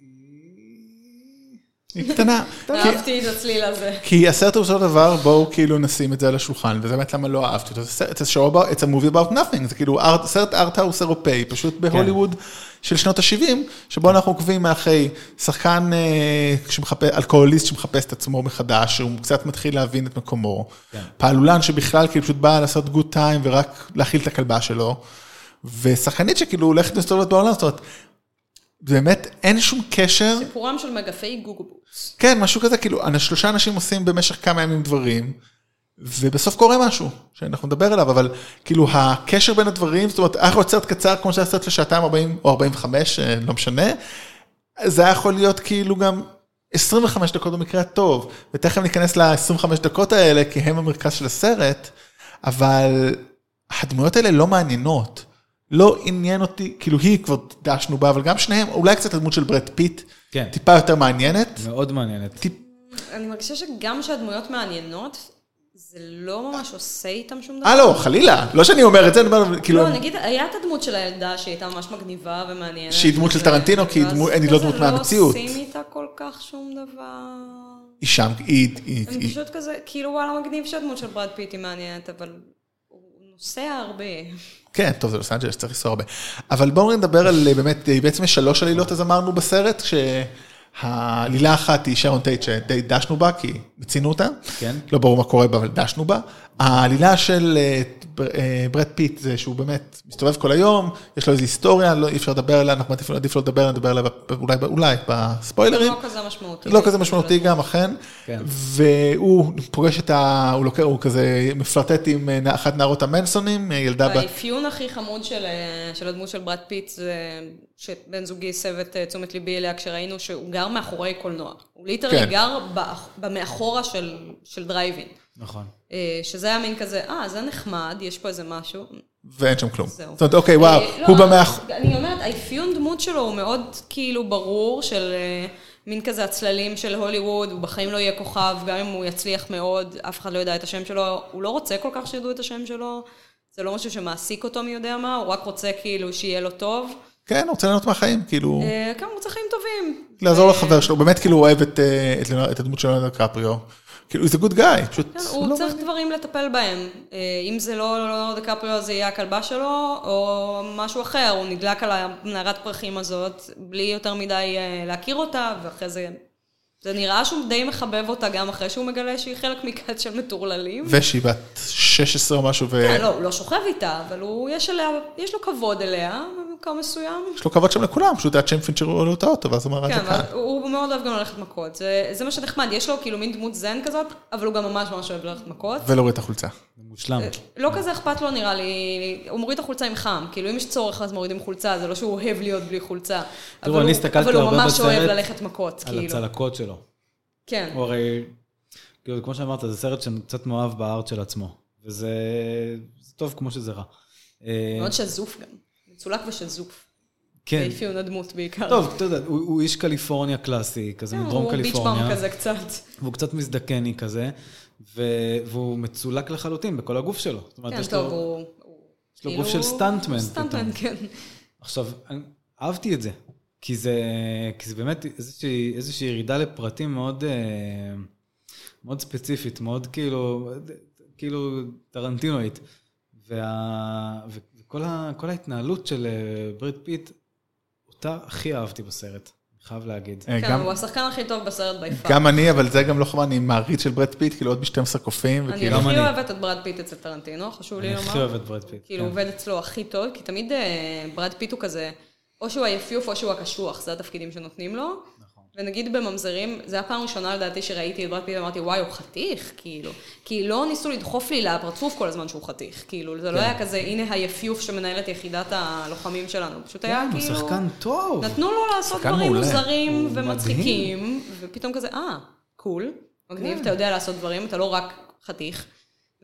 היא... היא קטנה. כי- אהבתי את הצליל הזה. כי הסרט הוא בסופו של דבר, בואו כאילו נשים את זה על השולחן, וזה באמת למה לא אהבתי אותו. זה סרט, it's a show about, it's a movie about nothing, זה כאילו ארט- סרט ארטהאוס אירופאי, פשוט בהוליווד של שנות ה-70, שבו אנחנו עוקבים אחרי שחקן אה, שמחפש, אלכוהוליסט שמחפש את עצמו מחדש, שהוא קצת מתחיל להבין את מקומו. כן. פעלולן שבכלל כאילו פשוט בא לעשות גוד טיים ורק להאכיל את הכלבה שלו. ושחקנית שכאילו הולכת ומסתובבת בעולם, זאת אומרת, באמת אין שום קשר. סיפורם של מגפי גוגבוץ. כן, משהו כזה, כאילו, אנ- שלושה אנשים עושים במשך כמה ימים דברים, ובסוף קורה משהו, שאנחנו נדבר עליו, אבל כאילו הקשר בין הדברים, זאת אומרת, היה יכול להיות סרט קצר, כמו שהיה סרט לשעתיים 40 או 45, אה, לא משנה, זה היה יכול להיות כאילו גם 25 דקות במקרה הטוב, ותכף ניכנס ל-25 דקות האלה, כי הם המרכז של הסרט, אבל הדמויות האלה לא מעניינות. לא עניין אותי, כאילו היא כבר דשנו בה, אבל גם שניהם, אולי קצת הדמות של ברד פיט, כן. טיפה יותר מעניינת. מאוד מעניינת. טיפ- אני מרגישה שגם כשהדמויות מעניינות, זה לא ממש עושה איתם שום דבר. אה לא, חלילה, לא שאני אומר את זה, אני אומר, כאילו, לא, נגיד, היה את הדמות של הילדה שהיא הייתה ממש מגניבה ומעניינת. שהיא דמות של ו- טרנטינו, כי היא ואז דמות- אני לא כזה דמות מהמציאות. לא עושים איתה כל כך שום דבר. היא שם, היא, היא, הם היא- פשוט כזה, כאילו וואלה מגניב שהדמות של ברד פיט היא מעניינת, אבל הוא נוסע הרבה. כן, טוב, זה לוס אנג'לס, צריך לנסוע הרבה. אבל בואו נדבר על אה, באמת, אה, בעצם יש שלוש עלילות, אז אמרנו בסרט, שהעלילה האחת היא שרון טייט, שדי דשנו בה, כי מיצינו אותה. כן. לא ברור מה קורה בה, אבל דשנו בה. העלילה של אה, בר- אה, ברד פיט, זה שהוא באמת מסתובב כל היום, יש לו איזו היסטוריה, לא אי אפשר לדבר עליה, אנחנו מעדיפים- עדיף לא לדבר, נדבר עליה ב- אולי, אולי בספוילרים. לא כזה משמעותי. לא כזה משמעותי גם, אכן. כן. והוא פוגש את ה... הוא לוקח, הוא כזה מפלרטט עם אה, אחת נערות המנסונים, אה, ילדה בת... האפיון הכי חמוד של, אה, של הדמות של ברד פיט זה שבן זוגי הסב את אה, תשומת ליבי אליה כשראינו שהוא גר מאחורי קולנוע. הוא ליטרלי כן. גר באח- במאחורה של, של דרייבין. נכון. שזה היה מין כזה, אה, זה נחמד, יש פה איזה משהו. ואין שם כלום. זהו. זאת אומרת, אוקיי, וואו, אה, לא, הוא במאח... אני אומרת, האפיון דמות שלו הוא מאוד כאילו ברור של אה, מין כזה הצללים של הוליווד, הוא בחיים לא יהיה כוכב, גם אם הוא יצליח מאוד, אף אחד לא יודע את השם שלו, הוא לא רוצה כל כך שידעו את השם שלו, זה לא משהו שמעסיק אותו מי יודע מה, הוא רק רוצה כאילו שיהיה לו טוב. כן, הוא רוצה ליהנות מהחיים, כאילו, אה, כן, הוא רוצה חיים טובים. לעזור לחבר שלו, באמת כאילו הוא אוהב את, אה, את ליאונר- את הדמות של ליאונרד קפריו. כאילו, he's a good guy, פשוט... כן, לא הוא צריך מעניין. דברים לטפל בהם. אה, אם זה לא לא דקפריו, זה יהיה הכלבה שלו, או משהו אחר. הוא נדלק על הנערת פרחים הזאת, בלי יותר מדי אה, להכיר אותה, ואחרי זה... זה נראה שהוא די מחבב אותה גם אחרי שהוא מגלה שהיא חלק מכת של מטורללים. ושהיא בת 16 או משהו, כן, ויש לא, הוא לא שוכב איתה, אבל הוא, יש, אליה, יש לו כבוד אליה במקום מסוים. לו כבוד שם לכולם, פשוט עד שהם פינצ'רו לו את האוטו, ואז הוא אמר, כן, "רגע, אבל הוא הוא מאוד אוהב גם ללכת מכות. זה, זה מה שנחמד, יש לו כאילו מין דמות זן כזאת, אבל הוא גם ממש ממש אוהב ללכת מכות. ולהוריד את החולצה. זה מושלם. לא כזה אכפת לו נראה לי, הוא מוריד את החולצה עם חם, כאילו אם יש צורך אז מורידים חולצה, זה לא שהוא אוהב להיות בלי חולצה. תראו, אבל אני הוא- הסתכלתי אבל הוא הרבה ממש אוהב בסרט ללכת מכות, על אוקיי. כאילו. הצלקות שלו. כן, הוא הרי, כאילו, כמו שאמרת, זה סרט שקצת מאוהב בארט של עצמו. וזה זה טוב כמו שזה רע. אה, מאוד שזוף גם. מצולק ושזוף. זה כן. אפיון הדמות בעיקר. טוב, אתה יודע, הוא הוא איש קליפורניה קלאסי, כזה כן, מדרום הוא ביץ' קליפורניה. באם כזה קצת. והוא קצת מזדקני כזה, ו- והוא מצולק לחלוטין בכל הגוף שלו. זאת אומרת, כן, יש טוב, לו... הוא... כאילו, יש לו גוף של סטנטמן הוא סטנטמן, פתאום. כן. עכשיו, אני- אהבתי את זה, כי זה, כי זה באמת איזושהי, איזושהי ירידה לפרטים מאוד, אה, מאוד ספציפית, מאוד כאילו, כאילו טרנטינואית. וה, וכל ה, כל ההתנהלות של אה, ברד פיט, אותה הכי אהבתי בסרט, אני חייב להגיד. אה, כן, גם- הוא השחקן הכי טוב בסרט ביפה. גם אני, אבל זה גם לא חבל, אני מעריץ של ברד פיט, כאילו עוד ב-12 קופים, אני וכאילו... גם הכי אני. אוהבת את ברד פיט אצל טרנטינו, חשוב לי אני לומר. הכי אוהב את ברד פיט. כאילו כן. עובד אצלו הכי טוב, כי תמיד אה, ברד פיט הוא כזה, או שהוא היפיוף או שהוא הקשוח, זה התפקידים שנותנים לו. נכון. ונגיד בממזרים, זו הפעם הראשונה לדעתי שראיתי את ברד פיט ואמרתי, וואי, הוא חתיך, כאילו. כי לא ניסו לדחוף לי לפרצוף כל הזמן שהוא חתיך, כאילו, כן. זה לא היה כזה, הנה היפיוף שמנהל את יחידת הלוחמים שלנו, פשוט היה כן, הוא כאילו... שחקן טוב. נתנו לו לעשות שחקן דברים מעולה. מוזרים הוא ומצחיקים, ופתאום כזה, אה, קול, אוקיי. מגניב, אתה יודע לעשות דברים, אתה לא רק חתיך.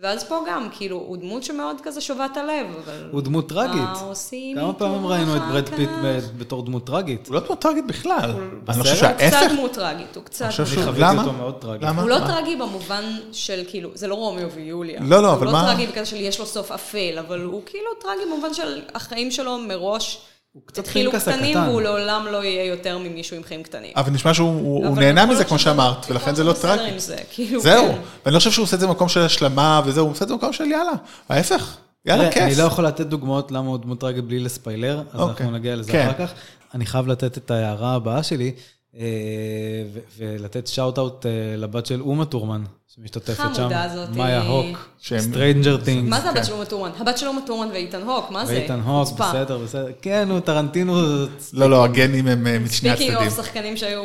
ואז פה גם, כאילו, הוא דמות שמאוד כזה שובת הלב, אבל... הוא דמות מה טראגית. עושים כמה איתו פעמים ראינו את אחר ברד פיט כך? ב- בתור דמות טראגית? הוא לא דמות טרגית בכלל. אני לא חושב בסרט? הוא קצת שההפך, דמות טראגית, הוא קצת... אני חושב דמות- שהוא- חוויתי למה? אותו מאוד טרגי. למה? הוא לא מה? טרגי במובן של כאילו, זה לא רומאו ויוליה. לא, לא, אבל הוא מה- לא טרגי בקטע של יש לו סוף אפל, אבל הוא כאילו טרגי במובן של החיים שלו מראש. הוא קצת התחילו פנקס קטנים, הקטן. והוא לעולם לא יהיה יותר ממישהו עם חיים קטנים. אבל נשמע שהוא הוא- הוא אבל נהנה יכול מזה, להיות כמו שהוא- שאמרת, ולכן זה לא יכול להיות שהוא טרגי. בסדר עם זה, כאילו, זהו, כן. ואני לא חושב שהוא עושה את זה במקום של השלמה וזהו, הוא עושה את זה במקום של יאללה, ההפך, יאללה, תראה, אני כיף. לא יכול לתת דוגמאות למה הוא דמות טרגית בלי לספיילר, אז אוקיי. אנחנו נגיע לזה כן. אחר כך. אני חייב לתת את ההערה הבאה שלי, אה, ו- ולתת שאוט-אאוט אה, לבת של אומה טורמן, שמשתתפת שם. חמודה הזאת. מאיה הוק, שהם- סטרנג'ר טינגס. מה כן. זה הבת של אומה טורמן? הבת של אומה טורמן ואיתן הוק, מה זה? ואיתן הוק, בסדר, בסדר. כן, הוא טרנטינו, לא, לא, הגנים הם אה, משני ספיקינג הצדדים. אוף שחקנים שהיו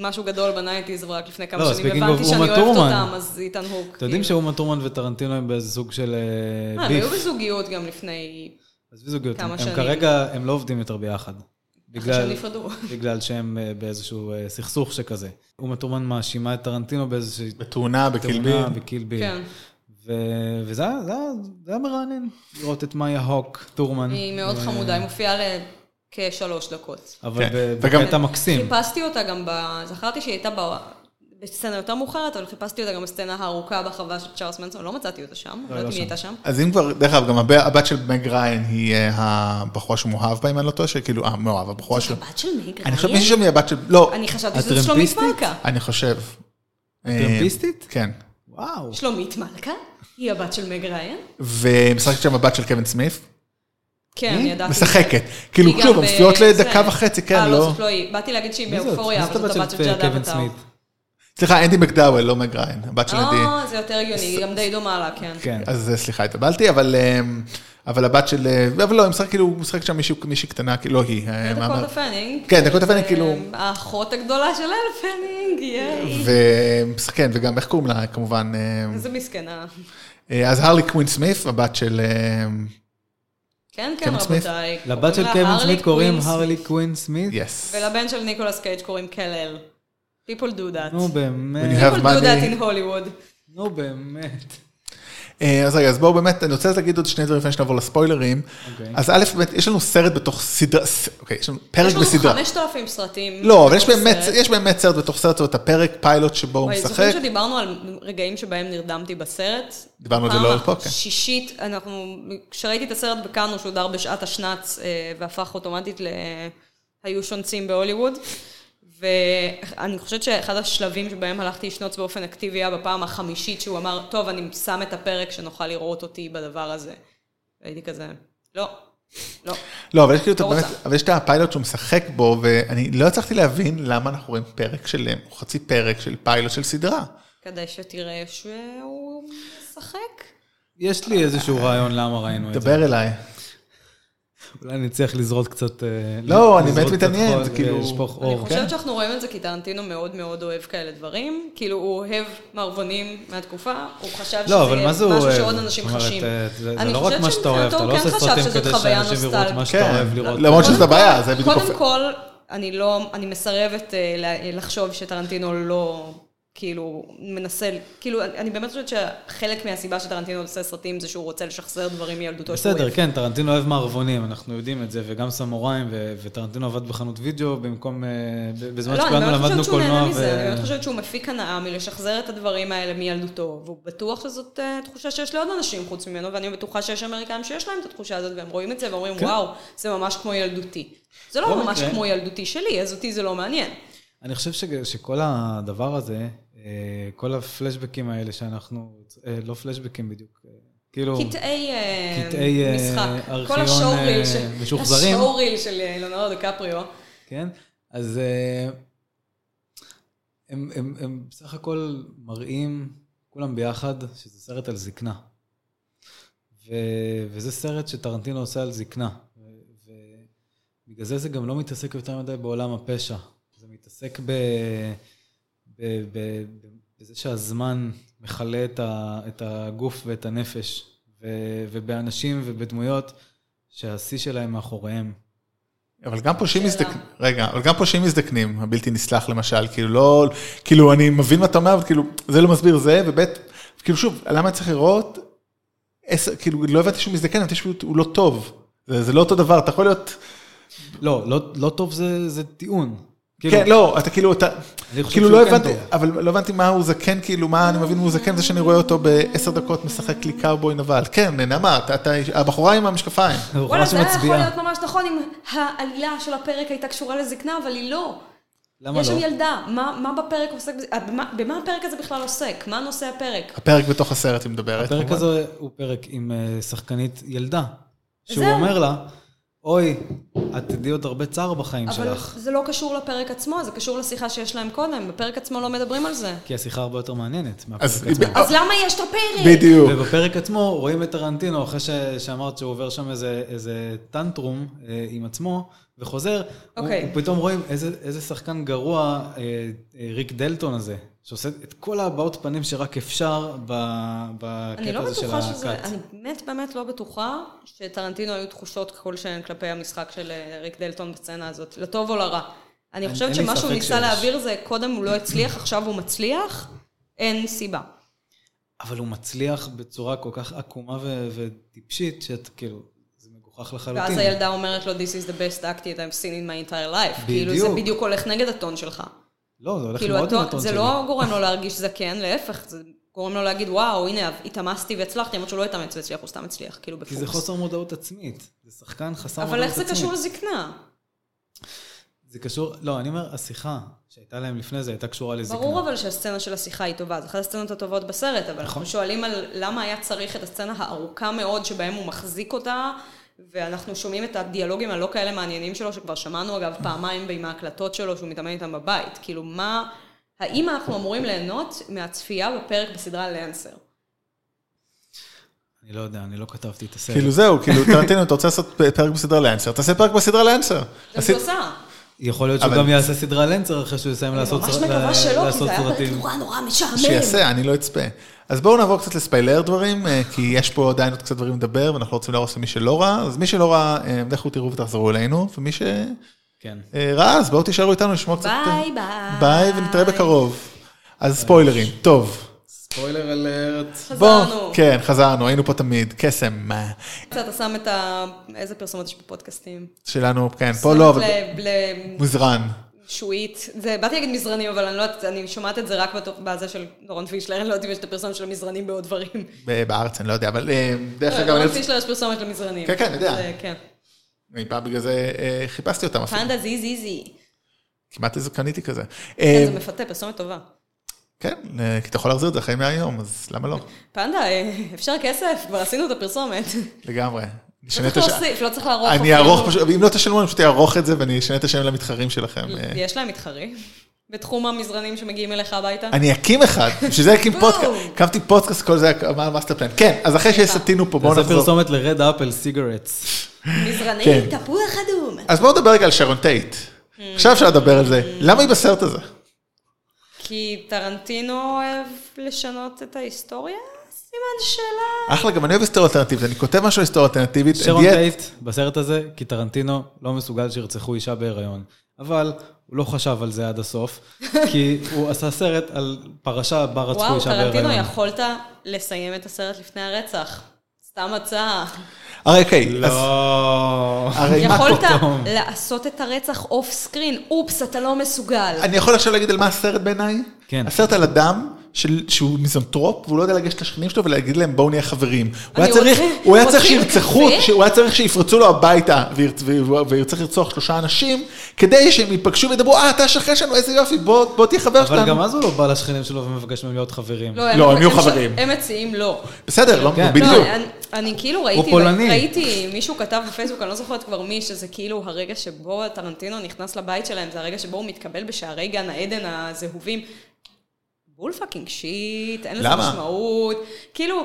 משהו גדול בנייטיז, ורק לפני לא, כמה speaking שנים of הבנתי שאני אומה אוהבת טורמן. אותם, אז איתן הוק. אתם יודעים כאילו. שאומה טורמן וטרנטינו הם באיזה סוג של אה, אה, הם היו ביף. בזוגיות גם לפני... עזבי זוגיות, כמה הם שנים. כרגע, הם לא עובדים יותר ביחד. שהם בגלל, נפרדו. בגלל שהם אה, באיזשהו אה, סכסוך שכזה. אומה טורמן מאשימה את טרנטינו באיזושהי בתאונה, תאונה בקלבין. בקילבין. כן. ו- וזה היה- זה היה- זה היה מרענן לראות את מאיה הוק, טורמן, היא מאוד חמודה, היא מופיעה לכשלוש דקות. אבל כן, ב- וגם- בקטע מקסים. חיפשתי אותה גם ב... זכרתי שהיא הייתה ב... בסצנה יותר מאוחרת, אבל חיפשתי אותה גם בסצנה הארוכה בחווה של צ'ארלס מנסון, לא מצאתי אותה שם, לא לא יודעת אם שם. היא הייתה שם. אז אם כבר, דרך אגב, גם הב- הבת של מג ריין היא אה, הבחורה שמאוהב בה, אם אני לא טועה, שכאילו, אה, מאוהב, הבחורה של... הבת של מייק אני חושב ריין? מישהי שם היא הבת של... לא, אני חשבתי שזה שלומית הטרמפיסטית? מלכה. אני חושב. אה, טרמפיסטית? כן. וואו. שלומית מלכה, היא הבת של מג ריין. ומשחקת שם הבת של קווין סמית. כן, ידעתי. משחקת. כאילו, היא גם כלום, ב- הן מופיעות לדקה זה. וחצי, אה, כן, לא, לא? זאת לא היא. באתי להגיד שהיא מי זאת? באופוריה, מי זאת אבל זאת הבת של אה, ג'אד קווין אבטאר. סמית? סליחה, אנדי מקדאוול, לא מג ריין, הבת של אנדי. אה, זה יותר הגיוני, היא גם די דומה לה, כן. כן. אז אה, סליחה, התאבלתי, אבל אה, אבל הבת של... אה, אבל לא, היא משחקת כאילו, משחקת שם מישהו- מישהי קטנה, כאילו, לא היא. אה, מה אמרת? דקות הפנינג. כן, דקות הפנינג, כאילו- האחות הגדולה של אל פנינג, ייי. ו- כן, וגם איך קוראים לה, כמובן. אה, איזה מסכנה. אה, אז הרלי קווין סמיף, הבת של... אמ, כן, כן, קווין סמית? רבותיי. לבת של קוראים לה הרלי קווין סמית קוראים קווין הרלי קווין סמית? יס. ולבן של ניקולס קייג' קוראים קלל. People do that. נו When you באמת, have People do money. that in Hollywood. נו באמת. אה, אז רגע, אז בואו באמת, אני רוצה להגיד עוד שני דברים לפני שנעבור לספוילרים. אוקיי. אז א', באמת, יש לנו סרט בתוך סדרה, ס- אוקיי, יש לנו פרק יש לנו בסדרה. 5,000 סרטים. לא, אבל יש בתוך באמת, סרט. יש באמת סרט בתוך סרט, זאת אומרת, הפרק פיילוט שבו הוא וואי, משחק. זוכרים שדיברנו על רגעים שבהם נרדמתי בסרט? דיברנו על זה פעם לא פה, כן. שישית, אנחנו, כשראיתי את הסרט בכאן, הוא שודר בשעת השנץ, אה, והפך אוטומטית ל... היו שונצים בהוליווד. ואני חושבת שאחד השלבים שבהם הלכתי לשנוץ באופן אקטיבי היה בפעם החמישית, שהוא אמר, טוב, אני שם את הפרק שנוכל לראות אותי בדבר הזה. הייתי כזה, לא, לא. לא, אבל יש כאילו, את לא באמת, רוצה. אבל יש את הפיילוט שהוא משחק בו, ואני לא הצלחתי להבין למה אנחנו רואים פרק שלם, או חצי פרק של פיילוט של סדרה. כדאי שתראה שהוא משחק. יש לי איזשהו רעיון למה ראינו את זה. דבר אליי. אולי אני אצליח לזרות קצת... אה, לא, אני לזרות באמת קצת מתעניין, חול זה כאילו- ולשפוך אני אור. כן? חושבת שאנחנו רואים את זה כי טרנטינו מאוד מאוד אוהב כאלה דברים. כאילו, הוא אוהב מערבונים מהתקופה, הוא חשב שזה לא, אבל מה זה הוא משהו אוהב? שעוד אנשים זאת אומרת, חשים. אה, זה- זה אני לא רק חושבת מה שאתה אוהב, אתה שמבחינתו לא הוא כן חשב עושה סרטים שזאת כדי חוויה שאנשים יראו את מה נוסטלגית. שאתה כן, אוהב לראות. למרות קודם שזאת כל- הבעיה, זה בדיוק... קודם כל, אני לא, אני מסרבת אה, לה- לחשוב שטרנטינו לא, כאילו, מנסה, כאילו, אני באמת חושבת שחלק מהסיבה שטרנטינו עושה סרטים זה שהוא רוצה לשחזר דברים מילדותו שהוא בסדר, אוהב. כן, טרנטינו אוהב מערבונים, אנחנו יודעים את זה, וגם סמוראים, ו- וטרנטינו עבד בחנות וידאו במקום... אה, ב- בזמן לא, אני שכולנו באמת למדנו חושבת שהוא קולנוע. נהנה ו- מזה, אני באמת חושבת שהוא מפיק הנאה מלשחזר את הדברים האלה מילדותו, והוא בטוח שזאת אה, תחושה שיש לעוד אנשים חוץ ממנו, ואני בטוחה שיש אמריקאים שיש להם את התחושה הזאת, והם רואים את זה ואומרים, כן. וואו, זה ממש כמו ילדותי. זה לא לא ממש במקרה. כמו ילדותי שלי, ילדותי זה לא מעניין. אני חושב ש- שכל הדבר הזה, אה, כל הפלשבקים האלה שאנחנו... אה, לא פלשבקים בדיוק. אה, כאילו... קטעי אה, קטעי, אה, משחק, כל ארכיון, השואו-ריל אה, של... משוחזרים. השואו-ריל של אה, לונרדו דקפריו. כן? אז אה, הם, הם, הם בסך הכל מראים, כולם ביחד, שזה סרט על זקנה. ו, וזה סרט שטרנטינו עושה על זקנה. ו- ובגלל זה זה גם לא מתעסק יותר מדי בעולם הפשע. זה מתעסק ב, ב, ב, ב, בזה שהזמן מכלה את, ה, את הגוף ואת הנפש, ו, ובאנשים ובדמויות שהשיא שלהם מאחוריהם. אבל גם פושעים שאלה. מזדקנים, רגע, אבל גם פושעים מזדקנים, הבלתי נסלח למשל, כאילו לא, כאילו אני מבין מה אתה אומר, אבל כאילו זה לא מסביר זה, ובית, כאילו שוב, למה אני צריך לראות, עשר, כאילו לא הבנתי שהוא מזדקן, הבנתי שהוא לא טוב, זה, זה לא אותו דבר, אתה יכול להיות, לא, לא, לא טוב זה, זה טיעון. כאילו, כן, לא, אתה כאילו, אתה, אני חושב כאילו שהוא לא כן הבנתי, טוב. אבל לא הבנתי מה הוא זקן, כאילו מה אני מבין הוא זקן, זה שאני רואה אותו בעשר דקות משחק לי קאובוי נבל, כן, נעמה, אתה, אתה, הבחורה עם המשקפיים, הוא וואלה, ממש זה היה יכול מצביע. להיות ממש נכון אם העלילה של הפרק הייתה קשורה לזקנה, אבל היא לא. למה יש לא? שם ילדה, מה, מה בפרק עוסק, בזה- אה, במה, במה הפרק הזה בכלל עוסק? מה נושא הפרק? הפרק בתוך הסרט היא מדברת, הפרק כמובן. הזה הוא פרק עם אה, שחקנית ילדה. שהוא זהו. אומר לה, אוי, את תדעי עוד הרבה צער בחיים אבל שלך. זה לא קשור לפרק עצמו, זה קשור לשיחה שיש להם קודם, בפרק עצמו לא מדברים על זה. כי השיחה הרבה יותר מעניינת מהפרק אז- עצמו. אז למה יש את הפרק? בדיוק. ובפרק עצמו רואים את טרנטינו, אחרי ש... שאמרת שהוא עובר שם איזה, איזה טנטרום אה, עם עצמו, וחוזר, אוקיי. הוא, הוא פתאום רואים איזה, איזה שחקן גרוע אה, אה, ריק דלטון הזה, שעושה את כל הבעות פנים שרק אפשר ב, אני בקטע לא הזה של בטוחה שזה, הקאט. אני באמת באמת לא בטוחה שטרנטינו היו תחושות כלשהן כלפי המשחק של אה, ריק דלטון בסצנה הזאת, לטוב או לרע. אני אין- חושבת אין לי שמה שהוא ספק ניסה שיש. להעביר זה קודם הוא לא הצליח, עכשיו הוא מצליח, אין סיבה. אבל הוא מצליח בצורה כל כך עקומה ו- וטיפשית, שאת כאילו, זה מגוחך לחלוטין. ואז הילדה אומרת לו, This is the best act that I've seen in my entire life. כאילו זה בדיוק. בדיוק הולך נגד הטון שלך. לא, זה הולך כאילו מאוד עם הטון, הטון זה שלי. לא גורם לו להרגיש זקן, להפך, זה גורם לו להגיד, וואו, הנה, התאמצתי והצלחתי, למרות שהוא לא התאמץ והצליח, הוא סתם הצליח, כאילו כי זה בפוקס. חוסר מודעות עצמית. זה שחקן חסר מודעות אבל עצמית. איך זה קשור לזקנה? זה קשור, לא, אני אומר, השיחה שהייתה להם לפני זה הייתה קשורה לזקנה. ברור אבל שהסצנה של השיחה היא טובה, זו אחת הסצנות הטובות בסרט, אבל נכון. אנחנו שואלים על למה היה צריך את הסצנה הארוכה מאוד שבהם הוא מחזיק אותה, ואנחנו שומעים את הדיאלוגים הלא כאלה מעניינים שלו, שכבר שמענו אגב פעמיים עם ההקלטות שלו שהוא מתאמן איתם בבית. כאילו מה, האם אנחנו אמורים ליהנות מהצפייה בפרק בסדרה לנסר? אני לא יודע, אני לא כתבתי את הסרט. כאילו זהו, כאילו, טרנטינו, אתה רוצה לעשות פרק בסדרה לאנסר, תעשה פרק בסדרה לאנסר. אז היא עושה. יכול להיות שהוא אבל- גם יעשה סדרה לנצר אחרי שהוא יסיים לעשות ממש סרט- מקווה שלא, כי לעשות זה היה פרק סרטים. נורא נורא משעמם. אה, שיעשה, אני לא אצפה. אז בואו נעבור קצת לספיילר דברים, אה, כי יש פה עדיין עוד קצת דברים לדבר, ואנחנו לא רוצים להרוס למי שלא ראה, אז מי שלא ראה, אה, לכו תראו ותחזרו אלינו, ומי שראה, כן. אז בואו תישארו איתנו לשמוע קצת... אה, ביי, ביי. ביי, ונתראה בקרוב. אז ספוילרים, טוב. ספוילר אלרט. חזרנו. כן, חזרנו, היינו פה תמיד, קסם אה, אתה שם את ה... איזה פרסומות יש בפודקאסטים? שלנו, כן, פה לא, אבל ל- ל- מוזרן. שועית, זה, באתי להגיד מזרנים, אבל אני לא יודעת, אני שומעת את זה רק בתוך, בזה של דורון פישלר, אני לא יודעת אם יש את הפרסומת של המזרנים בעוד דברים. ב- בארץ, אני לא יודע, אבל אה, דרך אגב, אני דורון רוצה... פישלר יש פרסומת למזרנים. כן, כן, אני יודע. זה- כן. אני פעם בגלל זה אה, חיפשתי אותם אפילו, פנדה זי זי זי. אה, כמעט איזה קניתי כזה. כן, אה, זה מפתה, פרסומת טובה. כן, אה, כי אתה יכול להחזיר את זה אחרי 100 יום, אז למה לא? פנדה, אה, אפשר כסף? כבר עשינו את הפרסומת. לגמרי. נשנה לא את צריך השם. להוסיף, לא צריך לערוך. אני אפילו. אערוך פשוט, אם לא תשלמו, אני פשוט אערוך את זה ואני אשנה את השם למתחרים שלכם. אה, יש להם מתחרים? בתחום המזרנים שמגיעים אליך הביתה? אני אקים אחד, בשביל זה אקים בום. פודקאסט, הקמתי פודקאסט, כל זה היה מה המאסטר פלן. כן, אז אחרי שסטינו פה, בואו זה נחזור. פרסומת לרד אפל סיגרטס. מזרנים, כן. תפוח אדום. אז בואו נדבר רגע על שרון טייט. עכשיו אפשר לדבר על זה. למה היא בסרט הזה? כי טרנטינו אוהב לשנות את ההיסטוריה? סימן שאלה. אחלה, גם אני אוהב היסטוריה אלטרנטיבית, אני כותב משהו על היסטוריה אלטרנטיבית. שרון אני- טייט בסרט הזה, כי טרנטינו לא מסוגל שירצחו אישה בהיריון. אבל הוא לא חשב על זה עד הסוף, כי הוא עשה סרט על פרשה בה רצחו וואו, אישה בהיריון. טרנטינו, יכולת לסיים את הסרט לפני הרצח. סתם הצעה. הרי אוקיי, אז לא. הרי מה יכולת פתאום? לעשות את הרצח אוף סקרין. אופס, אתה לא מסוגל. אני יכול עכשיו להגיד על מה הסרט בעיניי? כן. הסרט על אדם של, שהוא מיזנטרופ, והוא לא יודע לגשת לשכנים שלו ולהגיד להם בואו נהיה חברים. הוא היה רוצה- צריך, הוא היה רוצים צריך שירצחו, קפה? ש- הוא היה צריך שיפרצו לו הביתה, וירצ- והוא והוא צריך לרצוח שלושה אנשים, כדי שהם ייפגשו וידברו, אה, אתה השכן שלנו, איזה יופי, בוא בוא תהיה חבר אבל גם שלנו. אז הוא לא בא לשכנים שלו ומבקש מהם להיות חברים. הם- לא, הם יהיו ש- חברים. הם מציעים לא. בסדר, לא, כן. לא, בדיוק. אני- אני כאילו ראיתי, פולני. ראיתי, מישהו כתב בפייסבוק, אני לא זוכרת כבר מי, שזה כאילו הרגע שבו טרנטינו נכנס לבית שלהם, זה הרגע שבו הוא מתקבל בשערי גן העדן הזהובים. בול פאקינג שיט, אין לזה למה? משמעות. כאילו,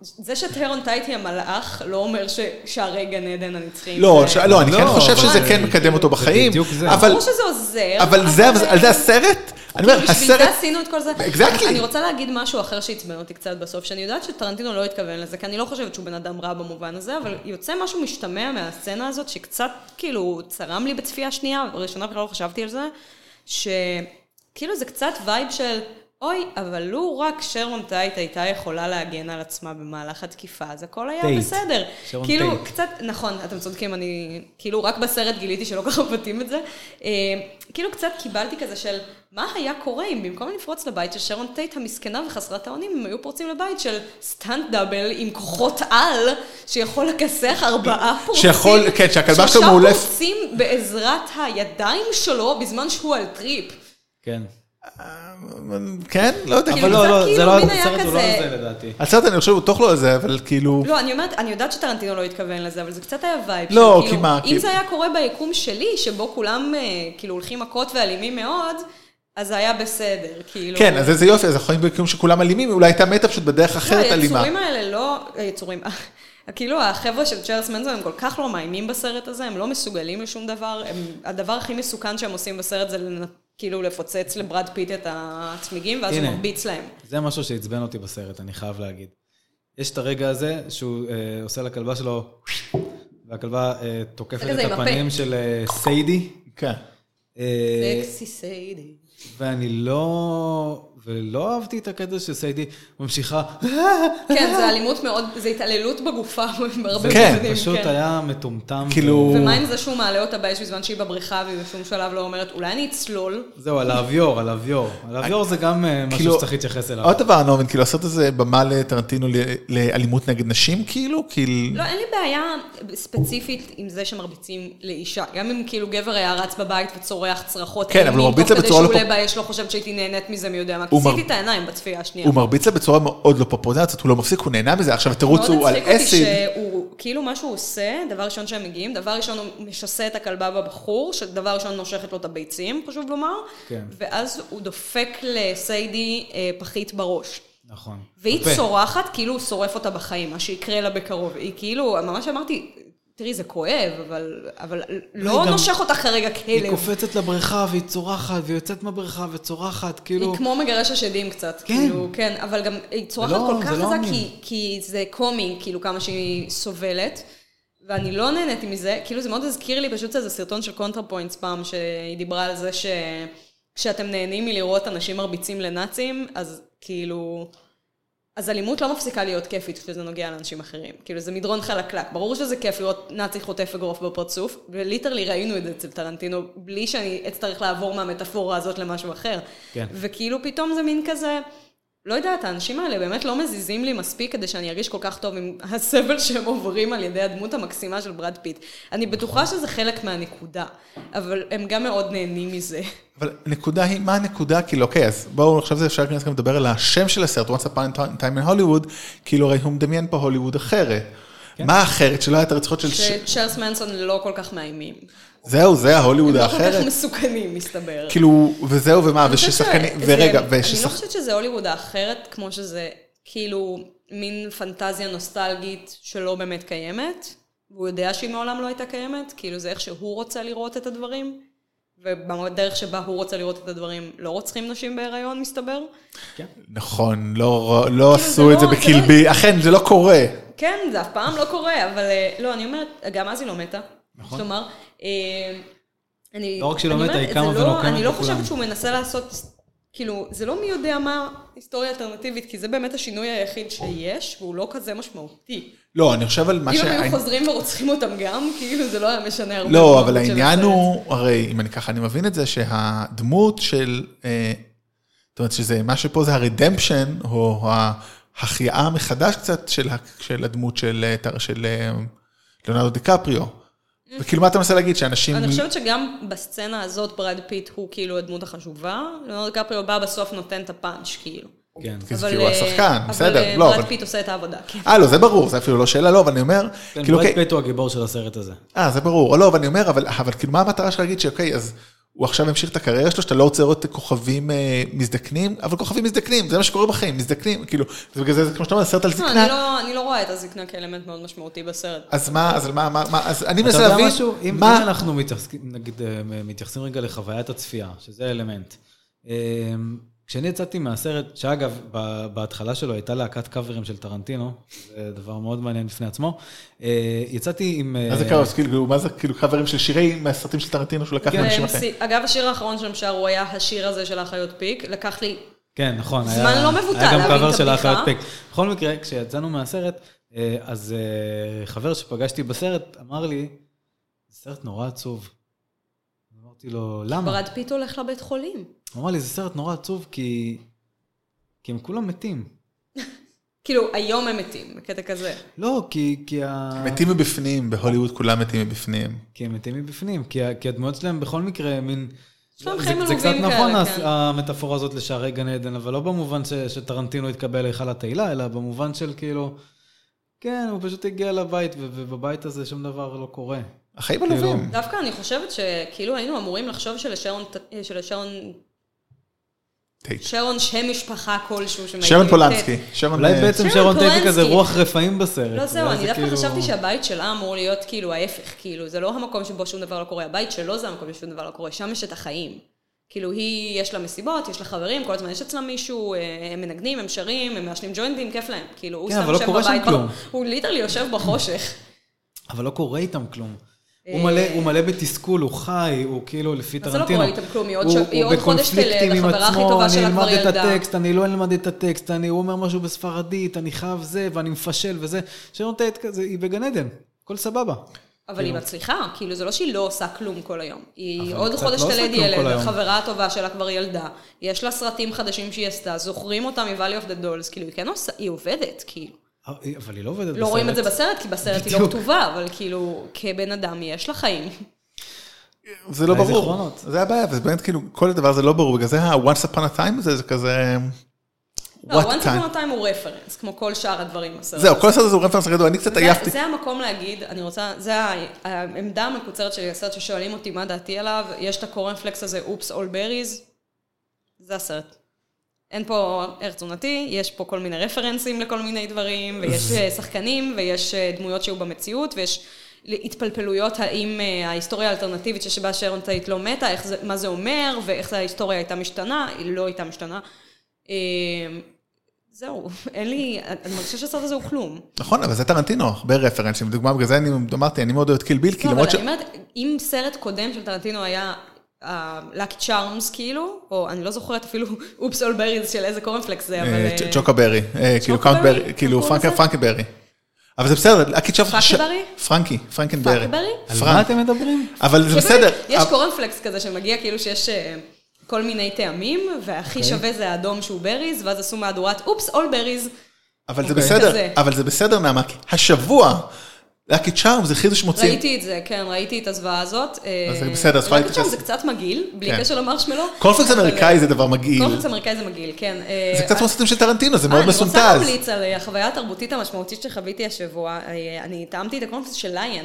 זה שטהרון טייט היא המלאך, לא אומר ששערי גן עדן הנצחיים. לא, זה- ש- לא, אני כן לא, חושב אבל שזה זה- כן מקדם אותו בחיים, בדיוק זה. אבל- ברור שזה עוזר. אבל זה- על זה הסרט? אני אומר, לא, כאילו בשביל הסרט... זה עשינו את כל זה. Exactly. אני רוצה להגיד משהו אחר שעצבן אותי קצת בסוף, שאני יודעת שטרנטינו לא התכוון לזה, כי אני לא חושבת שהוא בן אדם רע במובן הזה, אבל יוצא משהו משתמע מהסצנה הזאת, שקצת כאילו צרם לי בצפייה שנייה, ראשונה בכלל לא חשבתי על זה, שכאילו זה קצת וייב של... אוי, אבל לו רק שרמן טייט הייתה יכולה להגן על עצמה במהלך התקיפה, אז הכל היה טייט. בסדר. שרון כאילו, טייט. קצת, נכון, אתם צודקים, אני כאילו רק בסרט גיליתי שלא ככה מבטאים את זה. אה, כאילו קצת קיבלתי כזה של מה היה קורה אם במקום לפרוץ לבית של שרון טייט המסכנה וחסרת האונים, הם היו פורצים לבית של סטנט דאבל עם כוחות על שיכול לכסח ארבעה פורצים. שיכול- כן, שהכלבה שלו שלושה מאולף. פורצים בעזרת הידיים שלו בזמן שהוא על טריפ. כן. כן, לא יודע. כאילו, אבל לא, זה לא, זה כאילו לא מין היה הסרט, הוא לא כזה- על זה לדעתי. הסרט, אני חושב, הוא תוך לא זה, אבל כאילו... לא, אני אומרת, אני יודעת שטרנטינו לא התכוון לזה, אבל זה קצת היה וייב. לא, של כאילו, כי מה, אם כי- זה היה קורה ביקום שלי, שבו כולם אה, כאילו הולכים מכות ואלימים מאוד, אז זה היה בסדר, כאילו. כן, אז איזה יופי, אז אנחנו חיים בקיום שכולם אלימים, אולי הייתה מתה פשוט בדרך אחרת לא, אלימה. היצורים האלה לא... היצורים... כאילו, החבר'ה של צ'רלס מנזון הם כל כך לא מאיימים בסרט הזה, הם לא מסוגלים לשום דבר. הם, הדבר הכי מסוכן שהם עושים בסרט זה לנ- כאילו לפוצץ לברד פיט את הצמיגים, ואז הוא הנה. מרביץ להם. זה משהו שעצבן אותי בסרט, אני חייב להגיד. יש את הרגע הזה שהוא אה, עושה לכלבה שלו, והכלבה אה, תוקפת כזה את עם הפה. הפנים של אה, סיידי. כן. אה, סקסי סיידי. ואני לא... ולא אהבתי את הקטע שסיידי ממשיכה. כן, זה אלימות מאוד, זה התעללות בגופה בהרבה כן, מובנים, פשוט היה מטומטם. כאילו- ומה עם זה שהוא מעלה אותה באש בזמן שהיא בבריכה והיא בשום שלב לא אומרת, אולי אני אצלול? זהו, על האביור, על האביור. על האביור זה גם אה, משהו כאילו- שצריך להתייחס אליו. עוד דבר, נובן, כאילו לעשות איזה במה לטרנטינו ל- לאלימות נגד נשים, כאילו, כאילו... לא, אין לי בעיה ספציפית עם זה שמרביצים לאישה. גם אם כאילו גבר היה רץ בבית וצורח צורח צרחות. כן, אבל הוא אימים, מרביץ תוך לה בצורה לא כדי פופ- שהוא עולה באש, לא חושבת שהייתי נהנית מזה מי יודע מה. הוא מר- כיסיתי את העיניים בצפייה השנייה. הוא מרביץ לה בצורה מאוד לא פרופורציית, הוא לא מפסיק, הוא נהנה מזה, עכשיו התירוץ הוא על מאוד הצחיק אסיד. אותי שהוא, כאילו מה שהוא עושה, דבר ראשון שהם מגיעים, דבר ראשון הוא משסה את הכלבה בבחור, שדבר ראשון נושכת לו את הביצים, חשוב לומר, כן. ואז הוא דופק לסיידי אה, פחית בראש. נכון. והיא יפה. צורחת כאילו הוא שורף אותה בחיים, מה שיקרה לה בקרוב. היא כאילו, ממש אמרתי, תראי, זה כואב, אבל, אבל לא גם- נושך אותך כרגע כלב. היא קופצת לבריכה והיא צורחת, והיא יוצאת מהבריכה וצורחת, כאילו... היא כמו מגרש השדים קצת, כן. כאילו, כן, אבל גם היא צורחת זה לא- כל כך זה לא חזק, אמין. כי, כי זה קומי, כאילו, כמה שהיא סובלת, ואני לא נהניתי מזה, כאילו, זה מאוד הזכיר לי פשוט איזה סרטון של קונטרפוינטס פעם, שהיא דיברה על זה ש... כשאתם נהנים מלראות אנשים מרביצים לנאצים, אז כאילו... אז אלימות לא מפסיקה להיות כיפית כשזה נוגע לאנשים אחרים. כאילו, זה מדרון חלקלק. ברור שזה כיף לראות נאצי חוטף אגרוף בפרצוף, וליטרלי ראינו את זה אצל טרנטינו, בלי שאני אצטרך לעבור מהמטאפורה הזאת למשהו אחר. כן. וכאילו, פתאום זה מין כזה... לא יודעת, האנשים האלה באמת לא מזיזים לי מספיק כדי שאני ארגיש כל כך טוב עם הסבל שהם עוברים על ידי הדמות המקסימה של ברד פיט. אני בטוחה שזה חלק מהנקודה, אבל הם גם מאוד נהנים מזה. אבל הנקודה היא, מה הנקודה? כאילו, אוקיי, אז בואו, עכשיו זה אפשר להיכנס גם לדבר על השם של הסרט, Once Upon a Time in Hollywood, כאילו הרי הוא מדמיין פה הוליווד אחרת. כן. מה אחרת שלא היה את הרציחות של... ש... שצ'רס מנסון לא כל כך מאיימים. זהו, זה ההוליווד לא כל כך האחרת. מסוכנים, מסתבר. כאילו, וזהו, ומה, אני חושבת וששחקנים, שזה- ורגע, אני לא וששחקנים, חושבת שזה הוליווד האחרת, כמו שזה כאילו מין פנטזיה נוסטלגית שלא באמת קיימת, והוא יודע שהיא מעולם לא הייתה קיימת, כאילו זה איך שהוא רוצה לראות את הדברים, ובדרך שבה הוא רוצה לראות את הדברים לא רוצחים נשים בהיריון, מסתבר. נכון, לא- לא עשו זה את זה לא- זה לא- בקילבי, אכן, זה לא קורה. כן, זה אף פעם לא קורה, אבל אה, לא, אני אומרת, גם אז היא לא מתה. נכון. כלומר, אה, אני... לא רק שהיא לא אני מתה, אומרת, היא קמה זה לא- ונוקמת אני לא לכולם. חושבת שהוא מנסה לעשות, כאילו, זה לא מי יודע מה היסטוריה אלטרנטיבית, כי זה באמת השינוי היחיד שיש, והוא לא כזה משמעותי. לא, אני חושב על מה ש... אם כאילו, הם היו חוזרים ורוצחים אותם גם, כאילו, זה לא היה משנה הרבה. לא, מהמהות אבל של העניין הסרט. הוא, הרי אם אני ככה, אני מבין את זה, שהדמות של, אה, זאת אומרת שזה, מה שפה זה הרדמפשן, או ההחייאה מחדש קצת של, ה- של הדמות של, אה, תר- של אה, ליאונרדו דיקפריו. וכאילו, מה אתה מנסה להגיד? שאנשים... Mm-hmm. אני חושבת שגם בסצנה הזאת ברד פיט הוא כאילו הדמות החשובה, ליאונרד קפריו בא בסוף נותן את הפאנץ' כאילו. כן. כי זה אבל, כאילו אה, השחקן, בסדר, אבל אה, לא, ברד אבל- פיט עושה את העבודה, כן. אה, לא, זה ברור, זה אפילו לא שאלה, לא, אבל אני אומר, כן, כאילו, ברד אוקיי, פיט הוא הגיבור של הסרט הזה. אה, זה ברור, לא, אבל אני אומר, אבל, אבל כאילו, מה המטרה שלך להגיד שאוקיי, אז הוא עכשיו המשיך את הקריירה שלו, שאתה לא רוצה לראות כוכבים אה, מזדקנים, אבל כוכבים מזדקנים, זה מה שקורה בחיים, מזדקנים, כאילו, זה בגלל זה, זה כמו שאתה אומר, סרט על לא, זקנה, אני לא- אני לא רואה את הזקנה כאלמנט מאוד משמעותי בסרט. אז מה, אז מה, מה, מה, אז אני אתה מנסה יודע להבין, משהו? אם, מה, אם אנחנו מתייחסים, נגיד, אה, מתייחסים רגע לחוויית הצפייה, שזה אלמנט. אה, כשאני יצאתי מהסרט, שאגב, ב- בהתחלה שלו הייתה להקת קאברים של טרנטינו, זה דבר מאוד מעניין בפני עצמו, אה, יצאתי עם... אה, מה זה קרה, אז כאילו, מה זה, כאילו, חברים של שירי מהסרטים של טרנטינו שהוא לקח כן, מאנשים הם אחרים. סי- אגב, השיר האחרון שהם שרו היה השיר הזה של האחיות פיק. לקח לי... כן, נכון. זמן לא מבוטל היה גם להבין קאבר את של הבדיחה. האחיות פיק. בכל מקרה, כשיצאנו מהסרט, אה, אז אה, חבר שפגשתי בסרט אמר לי, זה סרט נורא עצוב. אמרתי לו, למה? ברד פיט הולך לבית חולים. הוא אמר לי, זה סרט נורא עצוב כי... כי הם כולם מתים. כאילו, היום הם מתים, בקטע כזה. לא, כי... כי ה... מתים מבפנים, בהוליווד כולם מתים מבפנים. כי הם מתים מבפנים, כי, ה... כי הדמויות שלהם בכל מקרה מין... יש להם זה- חיים זה קצת עלובים נכון כאלה, הס- כן. המטאפורה הזאת לשערי גן עדן, אבל לא במובן ש... שטרנטינו התקבל להיכל התהילה, אלא במובן של כאילו... כן, הוא פשוט הגיע לבית, ו- ובבית הזה שום דבר לא קורה. החיים עלובים. דווקא אני חושבת שכאילו היינו אמורים לחשוב שלשרון... ט- אה, שלשרון... טייט. שרון שם משפחה כלשהו. שמעידים שרמן את- פולנסקי, שרמן, אולי אה, בעצם שרון שרון טייטי כזה פולנסקי. רוח רפאים בסרט. לא זהו, אולי אני זה דווקא כאילו- חשבתי שהבית שלה אמור להיות כאילו ההפך, כאילו, זה לא המקום שבו שום דבר לא קורה, הבית שלו זה המקום ששום דבר לא קורה, שם יש את החיים. כאילו, היא, יש לה מסיבות, יש לה חברים, כל הזמן יש אצלה מישהו, אה, הם מנגנים, הם שרים, הם מעשנים ג'וינטים, כיף להם. כאילו, הוא כן, סתם אבל לא יושב קורה שם בבית, כלום. הוא ליטרלי יושב בחושך. אבל לא קורה איתם כלום. הוא מלא, הוא מלא בתסכול, הוא חי, הוא כאילו לפי אז אה. זה לא טרנטינו. קורה איתם כלום, היא עוד הוא- ש- היא הוא עוד חודש בקונפליקטים תלד, עם החברה הכי עצמו, טובה שלה כבר אני אלמד את ילדה. הטקסט, אני לא אלמד את הטקסט, אני, הוא אומר משהו בספרדית, אני חייב זה, ואני מפשל וזה. שרון טייט כזה, היא בגן עדן, הכל סבבה. אבל היא מצליחה, כאילו, זה לא שהיא לא עושה כלום כל היום. היא אבל עוד קצת חודש לא עושה תלד כלום כל ילד, היום. החברה הטובה שלה כבר ילדה, יש לה סרטים חדשים שהיא עשתה, זוכרים אותה מ-Valley of the Dolls, כאילו, היא כן עושה, היא עובדת, כאילו. אבל היא לא עובדת בסרט. לא רואים את זה בסרט, כי בסרט היא לא בדיוק. כתובה, אבל כאילו, כבן אדם יש לה חיים. זה לא אולי ברור. זיכרונות. זה הבעיה, וזה באמת כאילו, כל הדבר הזה לא ברור, בגלל זה ה-once upon a time הזה, זה כזה... לא, what once time. upon a time הוא רפרנס, כמו כל שאר הדברים בסרט. זהו, כל הסרט הזה הוא רפרנס גדול, אני קצת עייפתי. זה, זה המקום להגיד, אני רוצה, זה ה- העמדה המקוצרת שלי, הסרט ששואלים אותי מה דעתי עליו, יש את הקורנפלקס הזה, אופס אול בריז, זה הסרט. אין פה ערך תזונתי, יש פה כל מיני רפרנסים לכל מיני דברים, ויש אה, שחקנים, ויש אה, דמויות שהיו במציאות, ויש התפלפלויות האם אה, ההיסטוריה האלטרנטיבית שבה שרון טייט לא מתה, איך זה, מה זה אומר, ואיך ההיסטוריה הייתה משתנה, היא לא הייתה משתנה. אה, זהו, אין לי, אני מרגישה שהסרט הזה הוא כלום. נכון, אבל זה טרנטינו, הרבה רפרנסים. לדוגמה, בגלל זה אני אמרתי, אני מאוד אוהב את קיל ביל, כי לא, אבל למרות ש... אני אומרת, אם סרט קודם של טרנטינו היה לקי צ'ארמס כאילו, או אני לא זוכרת אפילו אופס אול בריז של איזה קורנפלקס זה, אבל... אה, אה, צ'- צ'וקה ברי, אה, כאילו צ'וקה קאונט ברי? ברי, כאילו איך קוראים פרנק- לזה? פרנקי ברי. אבל זה בסדר, אה, אקי צ'אפ... פרנקי ברי? פרנקי, פרנקן ברי. פרנקי ברי? על פרנק. מה אתם מדברים? אבל זה שבאמת, בסדר. יש אבל- קורנפלקס כזה שמגיע כאילו שיש אה, כל מיני טעמים, אוקיי. והכי שווה זה האדום שהוא בריז, ואז עשו מהדורת אופס אול בריז. אבל זה אוקיי. בסדר, כזה. אבל זה בסדר, נעמה, כי השבוע, לאקי צ'ארם זה הכריזו שמוציאים. ראיתי את זה, כן, ראיתי את הזוועה הזאת. אז זה בסדר, אז יכולה להתייחס. להתייחס. זה קצת מגעיל, בלי כן. קשר למרשמלו. קורנפלקס אבל, אה, אמריקאי זה דבר מגעיל. קורנפלקס אמריקאי זה מגעיל, כן. אה, זה קצת כמו סרטים של טרנטינו, זה אה, מאוד אני רוצה מסונטז. להמליץ על אה, החוויה התרבותית המשמעותית שחוויתי השבוע. אה, אני טעמתי את הקונפלס של ליין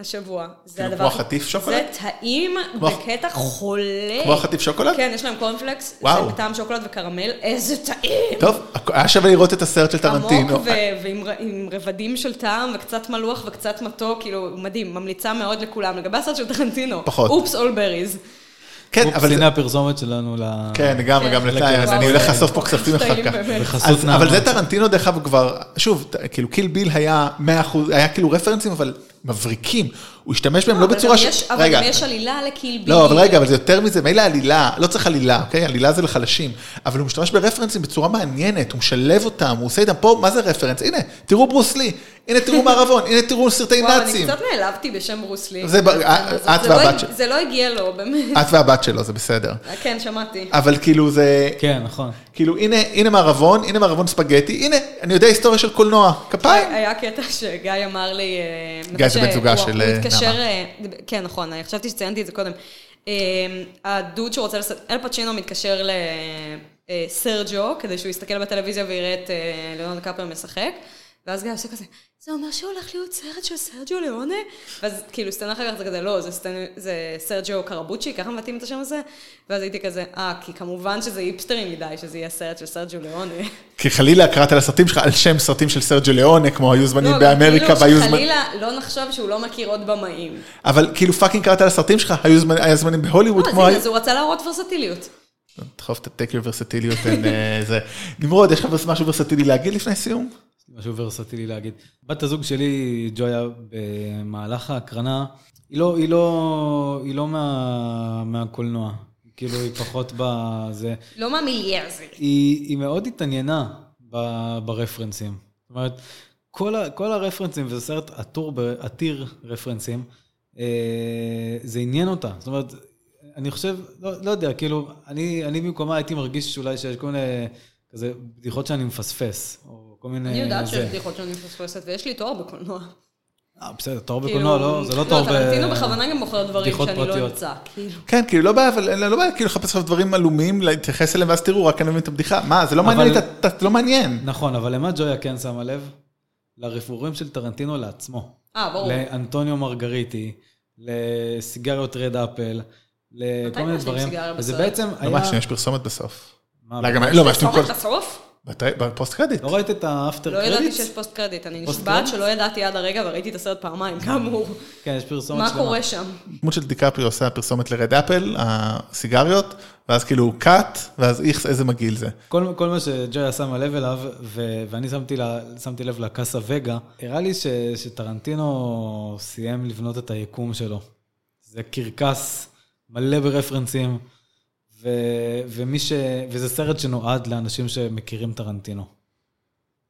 השבוע. זה כאילו, הדבר... כמו החטיף שוקולד? זה טעים כמו הח- בקטע חולה. כמו החטיף שוקולד? כן, יש להם קורנפלקס. וואו. זה בטעם שוקולד וקרמל. איזה טעים! טוב, היה שווה לראות את הסרט של טרנטינו. עמוק ו- ועם ר- עם רבדים של טעם וקצת מלוח וקצת מתוק, כאילו, מדהים, ממליצה מאוד לכולם. לגבי הסרט של טרנטינו, פחות. אופס אול בריז. כן, אופס, אבל זה- הנה הפרסומת שלנו ל... כן, לגמרי, כן. גם וואו, לטיירס, אני זה- הולך לחשוף פה כל כספים אחר סטיילים כך. באמת. בחסות אז- נעמה. אבל זה טרנטינו דרך אגב כבר, שוב, ת- כאילו קיל ביל היה 100%, היה כאילו רפרנסים, אבל מבריקים. הוא השתמש בהם לא אבל גם בצורה יש- אבל רגע. גם יש עלילה לקיל ביל. לא, אבל רגע, אבל זה יותר מזה, מילא עלילה, לא צריך עלילה, אוקיי? עלילה זה לחלשים. אבל הוא משתמש ברפרנסים בצורה מעניינת, הוא משלב אותם, הוא עושה איתם פה, מה זה רפרנס? הנה, תראו ברוס לי, הנה תראו מערבון, הנה תראו סרטי וואו, נאצים. אני קצת נעלבתי בשם ברוס לי. זה ב- אז- את זה לא- והבת ש- זה לא הגיע לו, באמת. את והבת שלו, זה בסדר. כן, שמעתי. אבל כאילו זה, כן, נכון. כאילו הנה, הנה מערבון, הנה מערבון ספגטי, הנה, אני יודע היסטוריה של קולנוע, כפיים. היה קטע שגיא אמר לי... אה, גיא זה שהוא- בן זוגה של, הוא אה, התקשר... נעמה. אה, ד- כן, נכון, אני חשבתי שציינתי את זה קודם. אה, הדוד שרוצה לעשות... אל פצ'ינו מתקשר לסרג'ו, כדי שהוא יסתכל בטלוויזיה ויראה את אה, ליאונרד קפלר משחק. ואז גיא עושה כזה, זה אומר שהולך להיות סרט של סרג'ו ליאונה? ואז כאילו סצנה אחר כך זה כזה, לא, זה, סצנה, זה סרג'ו קרבוצ'י, ככה מבטאים את השם הזה? ואז הייתי כזה, אה, כי כמובן שזה היפסטרי מדי, שזה יהיה סרט של סרג'ו ליאונה. כי חלילה קראת לסרטים שלך על שם סרטים של סרג'ו ליאונה, כמו היו זמנים לא, גם באמריקה, כאילו והיו זמנים... שחלילה לא נחשוב שהוא לא מכיר עוד במאים. אבל כאילו פאקינג קראת לסרטים שלך, היו זמנים- היה זמנים בהוליווד, לא, אז כמו... הנה, היו- אז הוא רצה להראות ורסטיליות. תדחוף את ה-take your versatility and, אה, זה. נמרוד, יש לך משהו ורסטילי להגיד לפני סיום? משהו ורסטילי להגיד. בת הזוג שלי, ג'ויה, במהלך ההקרנה, היא לא, היא לא, היא לא מה, מהקולנוע. כאילו, היא פחות בזה. לא מהמיליאר הזה. היא, היא מאוד התעניינה ב, ברפרנסים. זאת אומרת, כל, ה, כל הרפרנסים, וזה סרט עתור, ב- עתיר רפרנסים, אה, זה עניין אותה. זאת אומרת, אני חושב, לא, לא יודע, כאילו, אני, אני במקומה הייתי מרגיש אולי שיש כל מיני כזה בדיחות שאני מפספס, או כל מיני... אני יודעת אה, זה. שיש בדיחות שאני מפספסת, ויש לי תואר בקולנוע. אה, בסדר, תואר בקולנוע, לא, זה לא תואר ב... לא, טרנטינו בכוונה גם בוחר דברים בדיחות שאני לא פרטיות. אמצא. כאילו. כן, כאילו לא בעיה, אבל לא בעיה, כאילו לחפש עכשיו דברים עלומים, להתייחס אליהם, ואז תראו, רק אני מבין את הבדיחה. מה, זה לא אבל- מעניין, לי את ה- את ה- לא מעניין. נכון, אבל למה ג'ויה כן שמה לב? לרפרורים של טרנטינו לעצמו. אה, ברור. לאנטוניו מרגריטי, לסיגריות רד אפל, לכל מתי מיני מעשנים דברים. סיגריה וזה בסרט? בעצם היה... ממש, יש פרסומת בסוף. מה, לא, גם- לא, יש מעשנים כל... פרסומת בסוף? בת- בפוסט קרדיט. לא ראית את האפטר לא קרדיט? ידעתי שיש פוסט קרדיט, אני פוסט נשבעת קרדיט? שלא ידעתי עד הרגע וראיתי את הסרט פעמיים, כאמור. כן, יש פרסומת מה שלמה. קורה שם? דמות של דיקפרי עושה פרסומת לרד אפל, הסיגריות, ואז כאילו קאט, ואז איכס, איזה מגעיל זה. כל, כל מה שג'ויה שמה לב אליו, ו, ואני שמתי, לה, שמתי לב לקאסה וגה, הראה לי ש, שטרנטינו סיים לבנות את היקום שלו. זה קרקס מלא ברפרנסים, ו, ומי ש, וזה סרט שנועד לאנשים שמכירים טרנטינו.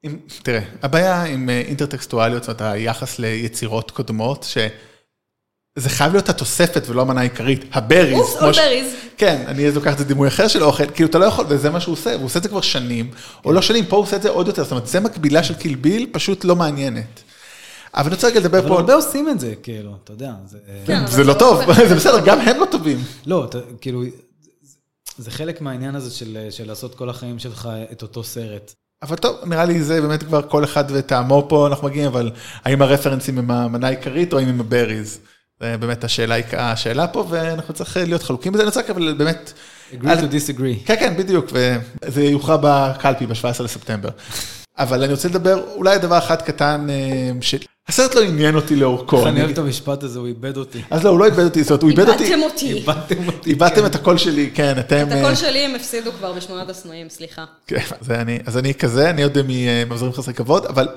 אם, תראה, הבעיה עם אה, אינטרטקסטואליות, זאת אומרת, היחס ליצירות קודמות, שזה חייב להיות התוספת ולא המנה העיקרית, הבריז. אופס, אה, כמו אול ש- בריז. כן, אני אז לוקח את הדימוי אחר של אוכל, כאילו אתה לא יכול, וזה מה שהוא עושה, הוא עושה את זה כבר שנים, או לא שנים, פה הוא עושה את זה עוד יותר, זאת אומרת, זה מקבילה של קילביל, פשוט לא מעניינת. אבל אני רוצה רגע לדבר אבל פה, הרבה עושים את זה, כאילו, אתה יודע. זה, אה, כן, אבל זה לא טוב, זה בסדר, גם הם לא טובים. לא, אתה, כאילו, זה- זה חלק מהעניין הזה של, של לעשות כל החיים שלך את אותו סרט. אבל טוב, נראה לי זה באמת כבר כל אחד וטעמו פה אנחנו מגיעים, אבל האם הרפרנסים הם המנה העיקרית או האם הם הבריז? זה באמת השאלה, העיק- השאלה פה, ואנחנו צריך להיות חלוקים בזה, אני צריך אבל באמת... agree to disagree. כן, כן, בדיוק, וזה יוכרע בקלפי ב-17 לספטמבר. אבל אני רוצה לדבר, אולי דבר אחד קטן, אה, שהסרט לא עניין אותי לאורכו. אני אני- אוהב את המשפט הזה, הוא איבד אותי. אז לא, הוא לא איבד אותי, זאת אומרת, הוא איבד אותי, איבדתם אותי. איבדתם אותי. איבדתם את הקול שלי, כן, אתם... את אה, הקול שלי הם הפסידו כבר בשמונת השנואים, סליחה. כן, אז אני, אז אני כזה, אני עוד ממזרים חסרי כבוד, אבל...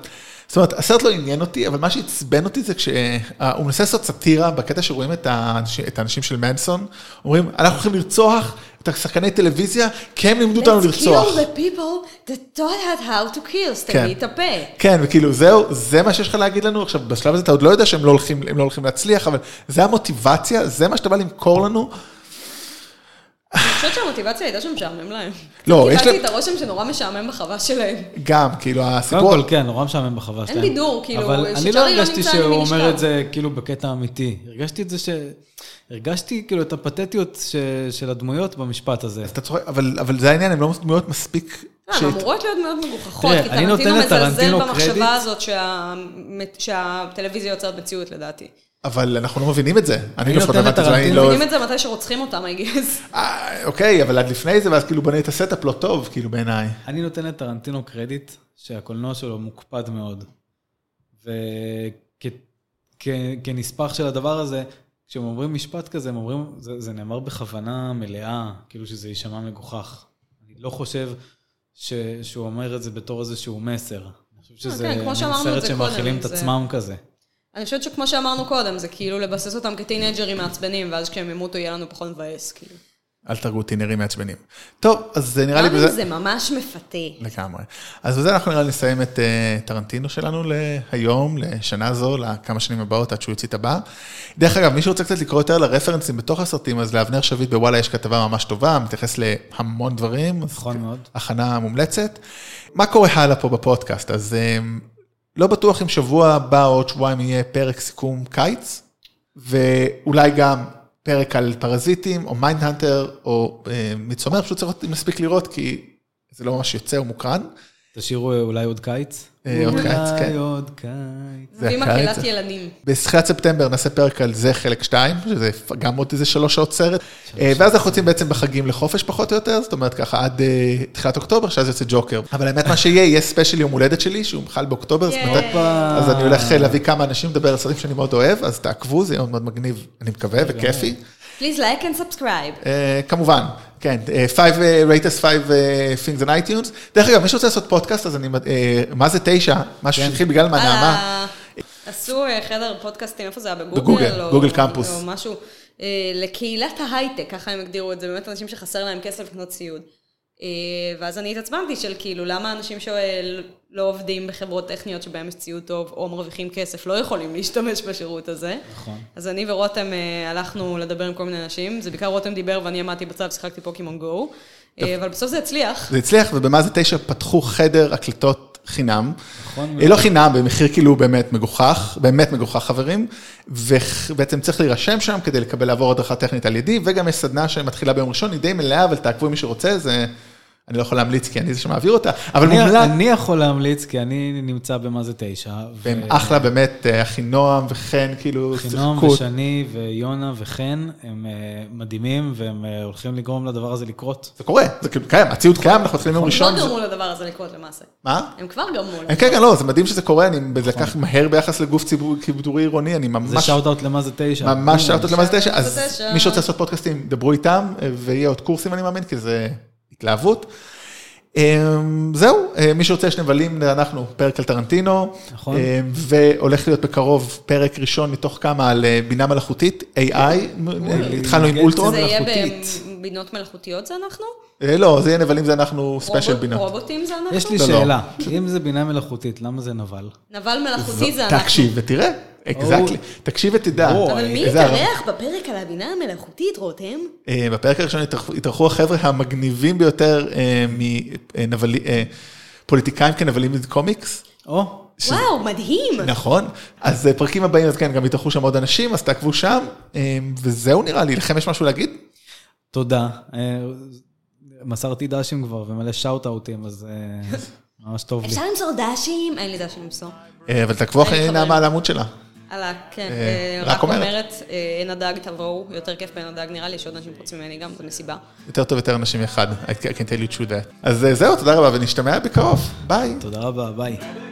זאת אומרת, הסרט לא עניין אותי, אבל מה שעצבן אותי זה כשהוא מנסה לעשות סאטירה בקטע שרואים את האנשים, את האנשים של מנסון, אומרים, אנחנו הולכים לרצוח את השחקני טלוויזיה, כי הם לימדו אותנו כאילו לרצוח. Let's kill the people that taught us how to kill, כן. סתמי את הפה. כן, וכאילו, זהו, זה מה שיש לך להגיד לנו. עכשיו, בשלב הזה אתה עוד לא יודע שהם לא הולכים, הם לא הולכים להצליח, אבל זה המוטיבציה, זה מה שאתה בא למכור לנו. אני חושבת שהמוטיבציה הייתה שמשעמם להם. לא, יש קיבלתי להם, את הרושם שנורא משעמם בחווה שלהם. גם, כאילו, קודם הסיפור, כל, כן, נורא משעמם בחווה שלהם. בידור, כאילו, אבל אני שצ'ארלי לא לא הרגשתי נמצא שהוא למי נשכב. אומר את זה כאילו בקטע אמיתי. הרגשתי את זה ש... הרגשתי כאילו את הפתטיות ש... של הדמויות במשפט הזה. אתה צוחק, אבל, אבל זה העניין, הם לא דמויות מספיק... לא, הן שהת- אמורות להיות מאוד מגוחכות, תראה, כי אני נותן טרנטינו מזלזל לטרנטינו קרדיט. במחשבה הזאת שה- שהטלוויזיה יוצרת מציאות לדעתי. אבל אנחנו לא מבינים את זה. אני אני לפחות לא הבנתי נותן את זה, אני לטרנטינו- לא... מבינים את זה מתי שרוצחים אותם, I guess. אה, אוקיי, אבל עד לפני זה, ואז כאילו בונה את הסטאפ לא טוב, כאילו בעיניי. אני נותן לטרנטינו קרדיט שהקולנוע שלו מוקפד מאוד. וכנספח של הדבר הזה, כשהם אומרים משפט כזה, הם אומרים, זה, זה נאמר בכוונה מלאה, כאילו שזה יישמע מגוחך. אני לא חושב ש, שהוא אומר את זה בתור איזשהו מסר. אני חושב שזה כן, כמו מין שאמרנו את סרט זה שמאכילים קודם, את זה- עצמם כזה. אני חושבת שכמו שאמרנו קודם, זה כאילו לבסס אותם כטינג'רים מעצבנים, ואז כשהם ימותו יהיה לנו פחות מבאס, כאילו. אל תרגו טינרים מעצבנים. טוב, אז זה נראה לי גם אם בזה... זה ממש מפתה. לגמרי. אז בזה אנחנו נראה לי נסיים את אה, טרנטינו שלנו להיום, לשנה זו, לכמה שנים הבאות, עד שהוא יוציא את הבא. דרך אגב, מי שרוצה קצת לקרוא יותר לרפרנסים בתוך הסרטים, אז לאבנר שביט בוואלה יש כתבה ממש טובה, מתייחס להמון דברים. אז נכון מאוד. הכנה מומלצת. מה קורה הלאה פה בפודקאסט? אז אה, לא בטוח אם שבוע הבא או עוד שבועיים יהיה פרק סיכום קיץ, ואולי גם פרק על פרזיטים, או מיינדהנטר, או אה, מצומר, פשוט צריך להיות מספיק לראות, כי זה לא ממש יוצא, הוא מוקרן. תשאירו אה, אולי עוד קיץ. אה, עוד קיץ, כן. אולי עוד קיץ. זה ועם הקיץ. מקהלת ילדים. בתחילת ספטמבר נעשה פרק על זה חלק 2, שזה גם עוד איזה שלוש שעות סרט, אה, ואז אנחנו יוצאים בעצם בחגים לחופש פחות או יותר, זאת אומרת ככה עד אה, תחילת אוקטובר, שאז יוצא ג'וקר. אבל האמת מה שיהיה, יהיה ספיישל יום הולדת שלי, שהוא בכלל באוקטובר, אז ייי. מתי- הופה. אז אני הולך אה, נכון להביא כמה אנשים לדבר על סרטים שאני מאוד אוהב, אז תעקבו, זה יהיה מאוד מאוד מגניב, אני מקווה, וכיפי. Please like and subscribe. אה, כמובן, כן, 5 רייטס 5 אה, things on iTunes. דרך אגב, מי שרוצה לעשות פודקאסט, אז אני, אה, מה זה 9? משהו שהתחיל בגלל מה נעמה. הלאה. עשו אה, חדר פודקאסטים, איפה זה היה? בגוגל? בגוגל, או- גוגל קמפוס. או משהו. אה, לקהילת ההייטק, ככה הם הגדירו את זה, באמת אנשים שחסר להם כסף לקנות ציוד. אה, ואז אני התעצבנתי של כאילו, למה אנשים שלא עובדים בחברות טכניות שבהן יש ציוד טוב או מרוויחים כסף לא יכולים להשתמש בשירות הזה. נכון. אז אני ורותם אה, הלכנו לדבר עם כל מיני אנשים, זה בעיקר רותם דיבר ואני עמדתי בצד, שיחקתי פוקימון גו, אה, אבל בסוף זה הצליח. זה הצליח, ובמה זה תשע פתחו חדר הקלטות חינם. נכון אה, לא חינם, במחיר כאילו באמת מגוחך, באמת מגוחך חברים, ובעצם צריך להירשם שם כדי לקבל לעבור הדרכה טכנית על ידי, וגם יש סדנה שמתחילה ביום ראשון, היא די מלאה, אבל תעקבו עם מי שרוצה, זה... אני לא יכול להמליץ כי אני זה שמעביר אותה, אבל אני- מומלץ, אני יכול להמליץ, כי אני נמצא במה זה תשע. ו- והם אחלה באמת, אה, אחינועם וחן, כאילו, חינום שיחקו, ושני ויונה וחן הם אה, מדהימים, והם אה, הולכים לגרום לדבר הזה לקרות. זה קורה, זה כאילו קיים, הציוד קיים, אנחנו מתחילים יום הם לא ראשון, זה- גרמו לדבר הזה לקרות למעשה. מה? הם כבר גרמו אה, לדבר. כן, כן, לא, זה מדהים שזה קורה, אני זה לקח מהר ביחס לגוף ציבור- ציבורי עירוני, אני ממש... נכון. זה שאוט-אאוט למה זה תשע. לא, ממש שאלות למה זה תשע, למה אז אוקיי. זה תשע. מי שרוצה לעשות פודקאסטים, דברו איתם, אה, ויהיה עוד קורסים אני מאמין, כי זה התלהבות. אמ, זהו, אה, מי שרוצה יש נבלים, אנחנו פרק על טרנטינו, נכון. אמ, והולך להיות בקרוב פרק ראשון מתוך כמה על אה, בינה מלאכותית, AI, מ- אה, התחלנו עם אינטליגנציה. אולטרון, זה יהיה מלאכותית. בבינות מלאכותיות זה אנחנו? אה, לא, זה יהיה נבלים, זה אנחנו ספיישל רובוט- בינות. רובוטים זה אנחנו? יש לי לא, לא. שאלה, אם זה בינה מלאכותית, למה זה נבל? נבל מלאכותי זה אנחנו. תקשיב ותראה, אקזקטלי, תקשיב ותדע. ברור. אבל מי איזה הרמה. יתארח בפרק על הבינה המלאכותית, רותם? אה, בפרק הראשון התארחו- התארחו החבר'ה המגניבים אה, ביותר מפוליטיקאים אה, כנבלים מקומיקס. או, וואו, מדהים! נכון, אז אה, פרקים הבאים, אז כן, גם יתארחו שם עוד אנשים, אז תעקבו שם, אה, וזהו נראה לי, לכם יש משהו להגיד? תודה. אה, מסרתי דשים כבר ומלא שאוט-אוטים, אז אה, ממש טוב לי. אפשר למסור דשים? אין לי דשים למסור. אה, אבל תעקבו אחרי אין, חברים. נעמה על העמוד שלה. הלאה, כן, אה, אה, רק רק אומרת. אומרת, אה, אין הדג תבואו, יותר כיף בעין הדג נראה לי, יש עוד אנשים חוץ ממני גם, זו מסיבה. יותר טוב, יותר אנשים אחד. I can tell you true that. אז אה, זהו, תודה רבה, ונשתמע בקרוב. ביי. תודה רבה, ביי.